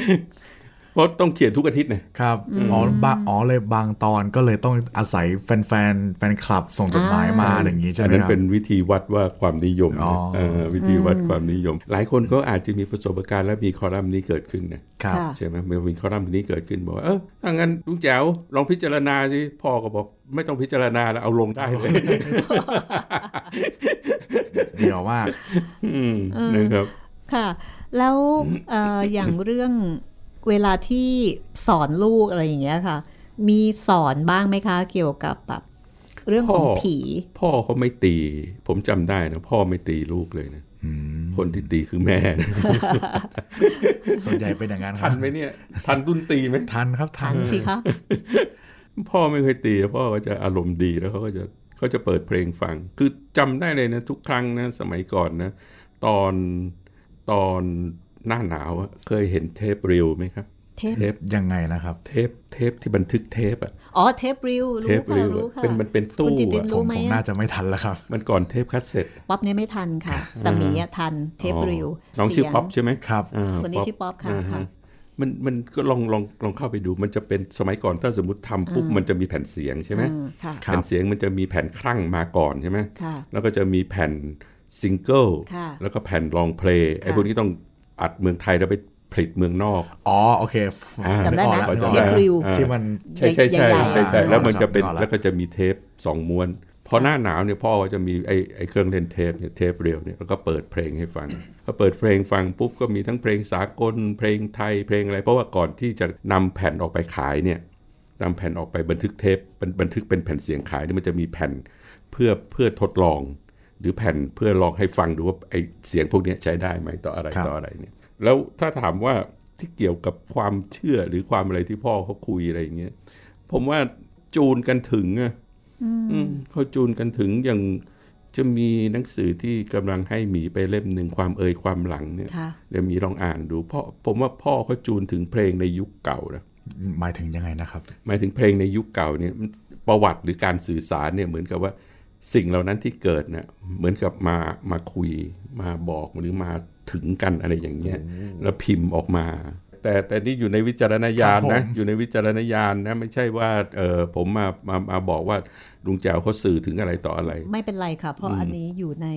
[SPEAKER 4] เพราะต้องเขียนทุกอาทิตย์นะครับ
[SPEAKER 3] อ๋อบางอ๋อเลยบางตอนก็เลยต้องอาศัยแฟนแฟนๆแฟนคลับส่งจดหมายมาอะไรอย่างนี้ใช่ไห
[SPEAKER 4] อัน
[SPEAKER 3] ม
[SPEAKER 4] นั้น
[SPEAKER 3] ครับ
[SPEAKER 4] เป็นวิธีวัดว่าความนิยม
[SPEAKER 3] อ๋อ
[SPEAKER 4] นะเออวิธีวัดความนิยม หลายคนก็อาจจะมีประสบการณ์และมีคอลัมน์นี้เกิดขึ้นนะครับ
[SPEAKER 2] ค่ะ
[SPEAKER 4] ใช่ไหมมีคอลัมน์นี้เกิดขึ้นบอกว่าเออถ้างั้นลุงแจ๋วลองพิจารณาสิพ่อก็บอก ไม่ต้องพิจารณาแล้วเอาลงได้เลย
[SPEAKER 3] เดี๋ยวว่า
[SPEAKER 4] อืมนะครับ
[SPEAKER 2] ค่ะ แล้วเอ่อ อย่างเรื่องเวลาที่สอนลูกอะไรอย่างเงี้ยค่ะ มีสอนบ้างไหมคะ เกี่ยวกับแบบเรื่องของ
[SPEAKER 4] พ่อ
[SPEAKER 2] ผี
[SPEAKER 4] พ่อเขาไม่ตี ผมจำได้นะพ่อไม่ตีลูกเลยนะคนที่ตีคือแม่นะ
[SPEAKER 3] ส่วนใหญ่เป็นอย่างนั้นค
[SPEAKER 4] ทั
[SPEAKER 3] รับ
[SPEAKER 4] นไหมเนี่ย ทันรุ่นตีไหม
[SPEAKER 3] ทันครับทั
[SPEAKER 2] ทั
[SPEAKER 3] น
[SPEAKER 2] นสิ
[SPEAKER 4] [LAUGHS]
[SPEAKER 2] คะ
[SPEAKER 4] พ่อไม่เคยตีพ่อก็จะอารมณ์ดีแล้วเขาก็จะเขาจะเปิดเพลงฟัง คือจำได้เลยนะ ทุกครั้งนะสมัยก่อนนะ ตอนตอนหน้าหนาวอะเคยเห็นเทปรีวไหมครับ
[SPEAKER 2] เทป
[SPEAKER 4] เทป
[SPEAKER 3] ยังไงนะครับ
[SPEAKER 4] เทปเทปที่บันทึกเทปอะ
[SPEAKER 2] อ๋อเทปริว
[SPEAKER 4] เท
[SPEAKER 2] รู้
[SPEAKER 4] ป
[SPEAKER 2] ค่ะ
[SPEAKER 4] รีว
[SPEAKER 2] รู้
[SPEAKER 4] อะ
[SPEAKER 2] ค่ะ
[SPEAKER 4] เป็นมันเป็นตู้
[SPEAKER 2] คุณจิตติน
[SPEAKER 4] อะ
[SPEAKER 2] รู้
[SPEAKER 3] ผม
[SPEAKER 2] ไหม
[SPEAKER 3] ผม
[SPEAKER 2] อะ
[SPEAKER 3] น่าจะไม่ทันแล้วครับ
[SPEAKER 4] มันก่อนเทปคัสเซ็ต
[SPEAKER 2] ป๊อปเนี่ยไม่ทันค่ะ แต่หมีอะทันเทปริว
[SPEAKER 4] น้องชื่อ
[SPEAKER 2] เสีย
[SPEAKER 4] ป๊อปใช่ไหม
[SPEAKER 3] ครับ
[SPEAKER 4] อ่า
[SPEAKER 2] คนนี้
[SPEAKER 4] ป๊อป
[SPEAKER 2] ชื่อป๊อปค่ะ
[SPEAKER 4] อ่าฮ
[SPEAKER 2] ค่ะ
[SPEAKER 4] มันมันก็ลองลองลองเข้าไปดู มันจะเป็นสมัยก่อนถ้าสมมติทำปุ๊บมันจะมีแผ่นเสียงใช่ไหม
[SPEAKER 2] อืมค่ะ
[SPEAKER 3] ครับ
[SPEAKER 4] แผ่นเสียงมันจะมีแผ่นคลั่งมาก่อนใช่ไหม
[SPEAKER 2] ค่ะ
[SPEAKER 4] แล้วก็จะมีแผ่นซิงเกิล
[SPEAKER 2] ค่ะ
[SPEAKER 4] แล้วก็แผ่นลองเพลงไอ้
[SPEAKER 2] ค่ะ
[SPEAKER 4] พวกนี้ต้องอัดเมืองไทยแล้วไปผลิตเมืองนอก
[SPEAKER 3] อ๋อโอเค
[SPEAKER 4] อ่า
[SPEAKER 2] จำได้ไหม
[SPEAKER 3] นึกออก
[SPEAKER 2] เท
[SPEAKER 3] นึกออก
[SPEAKER 2] ปริว
[SPEAKER 4] อ่า
[SPEAKER 3] ที่มัน
[SPEAKER 4] ใช่ใช่ใช่
[SPEAKER 2] ใหญ่ๆ
[SPEAKER 4] ใช่ใช่
[SPEAKER 3] อ่ะ
[SPEAKER 4] แล้วมันจะเป็น
[SPEAKER 3] นึกออกแล้ว
[SPEAKER 4] แล้วก็จะมีเทปสองม้วน พอหน้าหนาวเนี่ยพ่อก็จะมีไอ้ไอ้เครื่องเล่นเทปเนี่ยเทปเรียวเนี่ยแล้วก็เปิดเพลงให้ฟัง พอเปิดเพลงฟังปุ๊บก็มีทั้งเพลงสากล เพลงไทยเพลงอะไร เพราะว่าก่อนที่จะนำแผ่นออกไปขายเนี่ยนำแผ่นออกไปบันทึกเทปบันบันทึกเป็นแผ่นเสียงขายเนี่ยมันจะมีแผ่นเพื่อเพื่อทดลอง หรือแผ่นเพื่อลองให้ฟังดูว่าไอ้เสียงพวกเนี้ยใช้ได้ไหมต่ออะไร
[SPEAKER 3] ครับ
[SPEAKER 4] ต่ออะไรเนี่ยแล้วถ้าถามว่าที่เกี่ยวกับความเชื่อหรือความอะไรที่พ่อเขาคุยอะไรอย่างเงี้ย ผมว่าจูนกันถึงอะอืมเขาจูนกันถึงอย่างจะมีหนังสือที่กำลังให้หมีไปเล่มหนึ่งความเอ่ยความหลังเนี่ย
[SPEAKER 2] ค่ะ
[SPEAKER 4] เดี๋ยวหมีลองอ่านดูเพราะผมว่าพ่อเขาจูนถึงเพลงในยุคเก่านะ
[SPEAKER 3] หมายถึงยังไงนะครับ
[SPEAKER 4] หมายถึงเพลงในยุคเก่าเนี่ยมันประวัติหรือการสื่อสารเนี่ยเหมือนกับว่าสิ่งเหล่านั้นที่เกิดนะเหมือนกับมามาคุยมาบอกหรือมาถึงกันอะไรอย่างเงี้ยแล้วพิมพ์ออกมา แต่แต่นี่อยู่ในวิจารณญาณ
[SPEAKER 3] ครั
[SPEAKER 4] นะ
[SPEAKER 3] บผม
[SPEAKER 4] อยู่ในวิจารณญาณนะไม่ใช่ว่าเออผมมามามาบอกว่าลุงแจ๋วเขาสื่อถึงอะไรต่ออะไร
[SPEAKER 2] ไม่เป็นไรค่ะ เพราะอันนี้อยู่ใน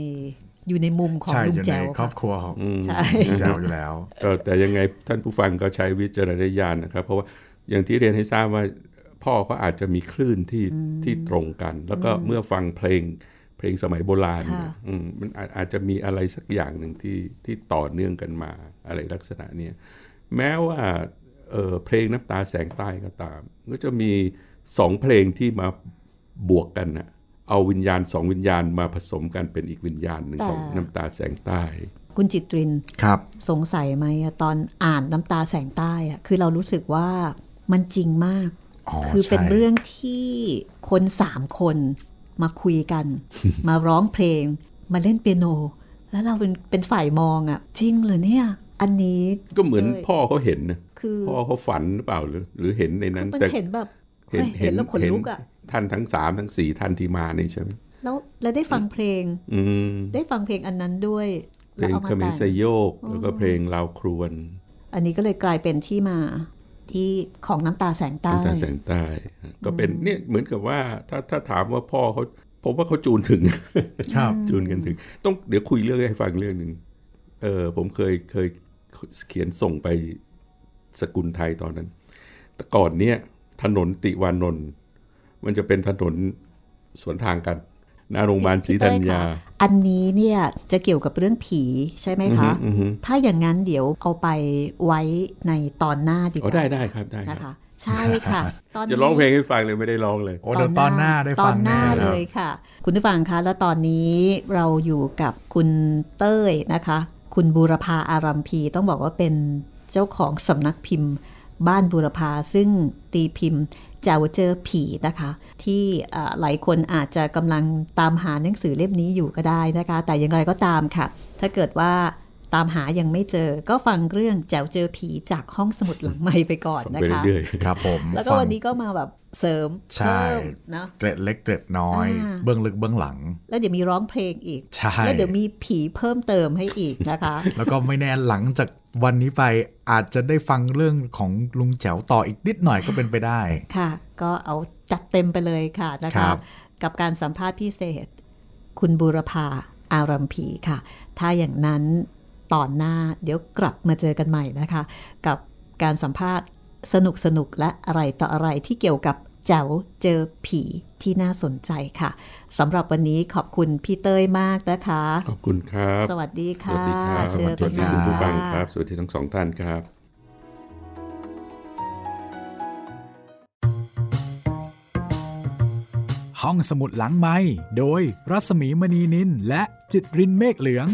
[SPEAKER 2] อยู่ในมุมของ
[SPEAKER 3] ใช่
[SPEAKER 2] ลุ
[SPEAKER 3] อง ยู่ใน
[SPEAKER 2] แจ๋ว
[SPEAKER 3] ครอ
[SPEAKER 2] ค่ะ
[SPEAKER 3] บครัวของ
[SPEAKER 2] ใช่
[SPEAKER 3] แจ๋วอยู่แล้ว
[SPEAKER 4] ก็แต่ยังไงท่านผู้ฟังก็ใช้วิจารณญาณนะครับ เพราะว่าอย่างที่เรียนให้ทราบว่าพ่อเขาอาจจะมีคลื่นที่ที่ตรงกัน แล้วก็เมื่อฟังเพลงเพลงสมัยโบราณ
[SPEAKER 2] ค่ะ
[SPEAKER 4] เนี่ยอืมมันอาจอาจจะมีอะไรสักอย่างหนึ่งที่ที่ต่อเนื่องกันมาอะไรลักษณะเนี้ยแม้ว่าเอ่อเพลงน้ำตาแสงใต้ก็ตาม ก็จะมีสองเพลงที่มาบวกกันนะเอาวิญญาณสองวิญญาณมาผสมกันเป็นอีกวิญญาณหนึ่งของน้ำตาแสงใต้
[SPEAKER 2] คุณจิตริน
[SPEAKER 3] ครับ
[SPEAKER 2] สงสัยไหมอะตอนอ่านน้ำตาแสงใต้อะคือเรารู้สึกว่ามันจริงมาก
[SPEAKER 3] อ๋อ
[SPEAKER 2] คือเป็น
[SPEAKER 3] ใช่
[SPEAKER 2] เรื่องที่คนสามคนมาคุยกัน มาร้องเพลง มาเล่นเปียโน แล้วเราเป็นเป็นฝ่ายมองอะจริงเหรือเนี่ย อันนี้
[SPEAKER 4] ก็เหมือนพ่อเขาเห็นนะ
[SPEAKER 2] คือ
[SPEAKER 4] พ่อเขาฝันหรือเปล่าหรือหรือเห็นในนั้น
[SPEAKER 2] มัน
[SPEAKER 4] แต่
[SPEAKER 2] เห็นแบบเฮ้ยเห็นแล้วขนลุกอะ
[SPEAKER 4] ท่านทั้งสามทั้งสี่ท่านที่มานี่ใช่ไหม
[SPEAKER 2] แล้วแล้วได้ฟังเพลง
[SPEAKER 4] อืม
[SPEAKER 2] ได้ฟังเพลงอันนั้นด้วย
[SPEAKER 4] เพลง
[SPEAKER 2] แวอา
[SPEAKER 4] เข
[SPEAKER 2] มา
[SPEAKER 4] มิ
[SPEAKER 2] แต่
[SPEAKER 4] สโยก แล้วก็เพลงลาวครวน
[SPEAKER 2] อันนี้ก็เลยกลายเป็นที่มาที่ของน้ำตาแสงใต้
[SPEAKER 4] น้ำตาแสงใต้ ก็เป็นเนี่ยเหมือนกับว่าถ้าถ้าถามว่าพ่อเขาผมว่าเขาจูนถึง
[SPEAKER 3] ครับ
[SPEAKER 4] จูนกันถึง ต้องเดี๋ยวคุยเรื่องให้ฟังเรื่องหนึ่งเออผมเคยเคยเขียนส่งไปสกุลไทยตอนนั้น แต่ก่อนเนี้ยถนนติวานนท์มันจะเป็นถนนสวนทางกันหน้าโรงพยาบาลศรีธัญญา
[SPEAKER 2] พี่เต้ค่ะอันนี้เนี่ยจะเกี่ยวกับเรื่องผีใช่ไหมคะ
[SPEAKER 4] อือฮึอือฮึ
[SPEAKER 2] ถ้าอย่างนั้นเดี๋ยวเอาไปไว้ในตอนหน้าดีก
[SPEAKER 4] อ๋อ
[SPEAKER 2] ว่า
[SPEAKER 4] ได้ได้ครับได้
[SPEAKER 2] นะครับ คะ ใช่ค่ะ ตอนนี้
[SPEAKER 4] จะร้องเพลงให้ฟังเลยไม่ได้ร้องเลย
[SPEAKER 3] โอ้เดี๋ยวตอนหน้าได้
[SPEAKER 2] ตอ
[SPEAKER 3] ฟั
[SPEAKER 2] น
[SPEAKER 3] ง
[SPEAKER 2] หน้า
[SPEAKER 3] แน่ค
[SPEAKER 2] เล
[SPEAKER 3] รับ
[SPEAKER 2] ยค่ะ คุณผู้ฟังคะแล้วตอนนี้เราอยู่กับคุณเต้ยนะคะ คุณบูรพาอารัมพีต้องบอกว่าเป็นเจ้าของสำนักพิมพ์ บ้านบุรพาซึ่งตีพิมพ์เจ้าเจอผีนะคะ ที่เอ่อหลายคนอาจจะกำลังตามหาหนังสือเล่มนี้อยู่ก็ได้นะคะ แต่อย่างไรก็ตามค่ะ ถ้าเกิดว่าตามหายังไม่เจอ ก็ฟังเรื่องเจ้าเจอผีจากห้องสมุดหลังใหม่ไปก่อน
[SPEAKER 4] ฟัง
[SPEAKER 2] นะ
[SPEAKER 4] ไป
[SPEAKER 2] คะ
[SPEAKER 4] เรื่อย
[SPEAKER 3] ครับผม
[SPEAKER 2] แล้วก็
[SPEAKER 3] ฟัง
[SPEAKER 2] วันนี้ก็มาแบบเสริม
[SPEAKER 3] ใช่
[SPEAKER 2] เพิ่มเนาะ
[SPEAKER 3] เกร็ดเล็กเกร็ดน้อย
[SPEAKER 2] อ่า
[SPEAKER 3] เบื้องลึกเบื้องหลัง
[SPEAKER 2] แล้วเดี๋ยวมีร้องเพลงอีก
[SPEAKER 3] ใช่
[SPEAKER 2] แล้วเดี๋ยวมีผีเพิ่มเติมให้อีกนะคะ
[SPEAKER 4] [LAUGHS]
[SPEAKER 3] แล้วก็ไม่แน่หลังจากวันนี้ไปอาจจะได้ฟังเรื่องของลุงแจ๋วต่ออีกนิดหน่อยก็เป็นไปได้
[SPEAKER 2] ค่ะ ก็เอาจัดเต็มไปเลยค่ะนะ
[SPEAKER 3] ค
[SPEAKER 2] คะ
[SPEAKER 3] รับ
[SPEAKER 2] กับการสัมภาษณ์พิเศษ คุณบุรพาอารัมพีค่ะ ถ้าอย่างนั้นตอนหน้าเดี๋ยวกลับมาเจอกันใหม่นะคะ กับการสัมภาษณ์สนุกสนุกๆและอะไรต่ออะไรที่เกี่ยวกับแจ๋วเจอผีที่น่าสนใจค่ะสำหรับวันนี้ขอบคุณพี่เต้ยมากนะคะ
[SPEAKER 4] ๆขอบคุณครับ
[SPEAKER 2] สวัสดี
[SPEAKER 4] ส
[SPEAKER 2] ค่ะ
[SPEAKER 4] วัสดีครับ
[SPEAKER 2] เจอ
[SPEAKER 4] ส
[SPEAKER 2] กั
[SPEAKER 4] วัน ส
[SPEAKER 2] ให
[SPEAKER 4] ดี
[SPEAKER 2] ม่
[SPEAKER 4] คุณผู้ฟังค
[SPEAKER 2] ค่ะ
[SPEAKER 4] รับ สวัสดีทั้งสองท่านครับ
[SPEAKER 1] ห้องสมุดหลังไม้โดยรัศมีมณีนินและจิตรินเมฆเหลือง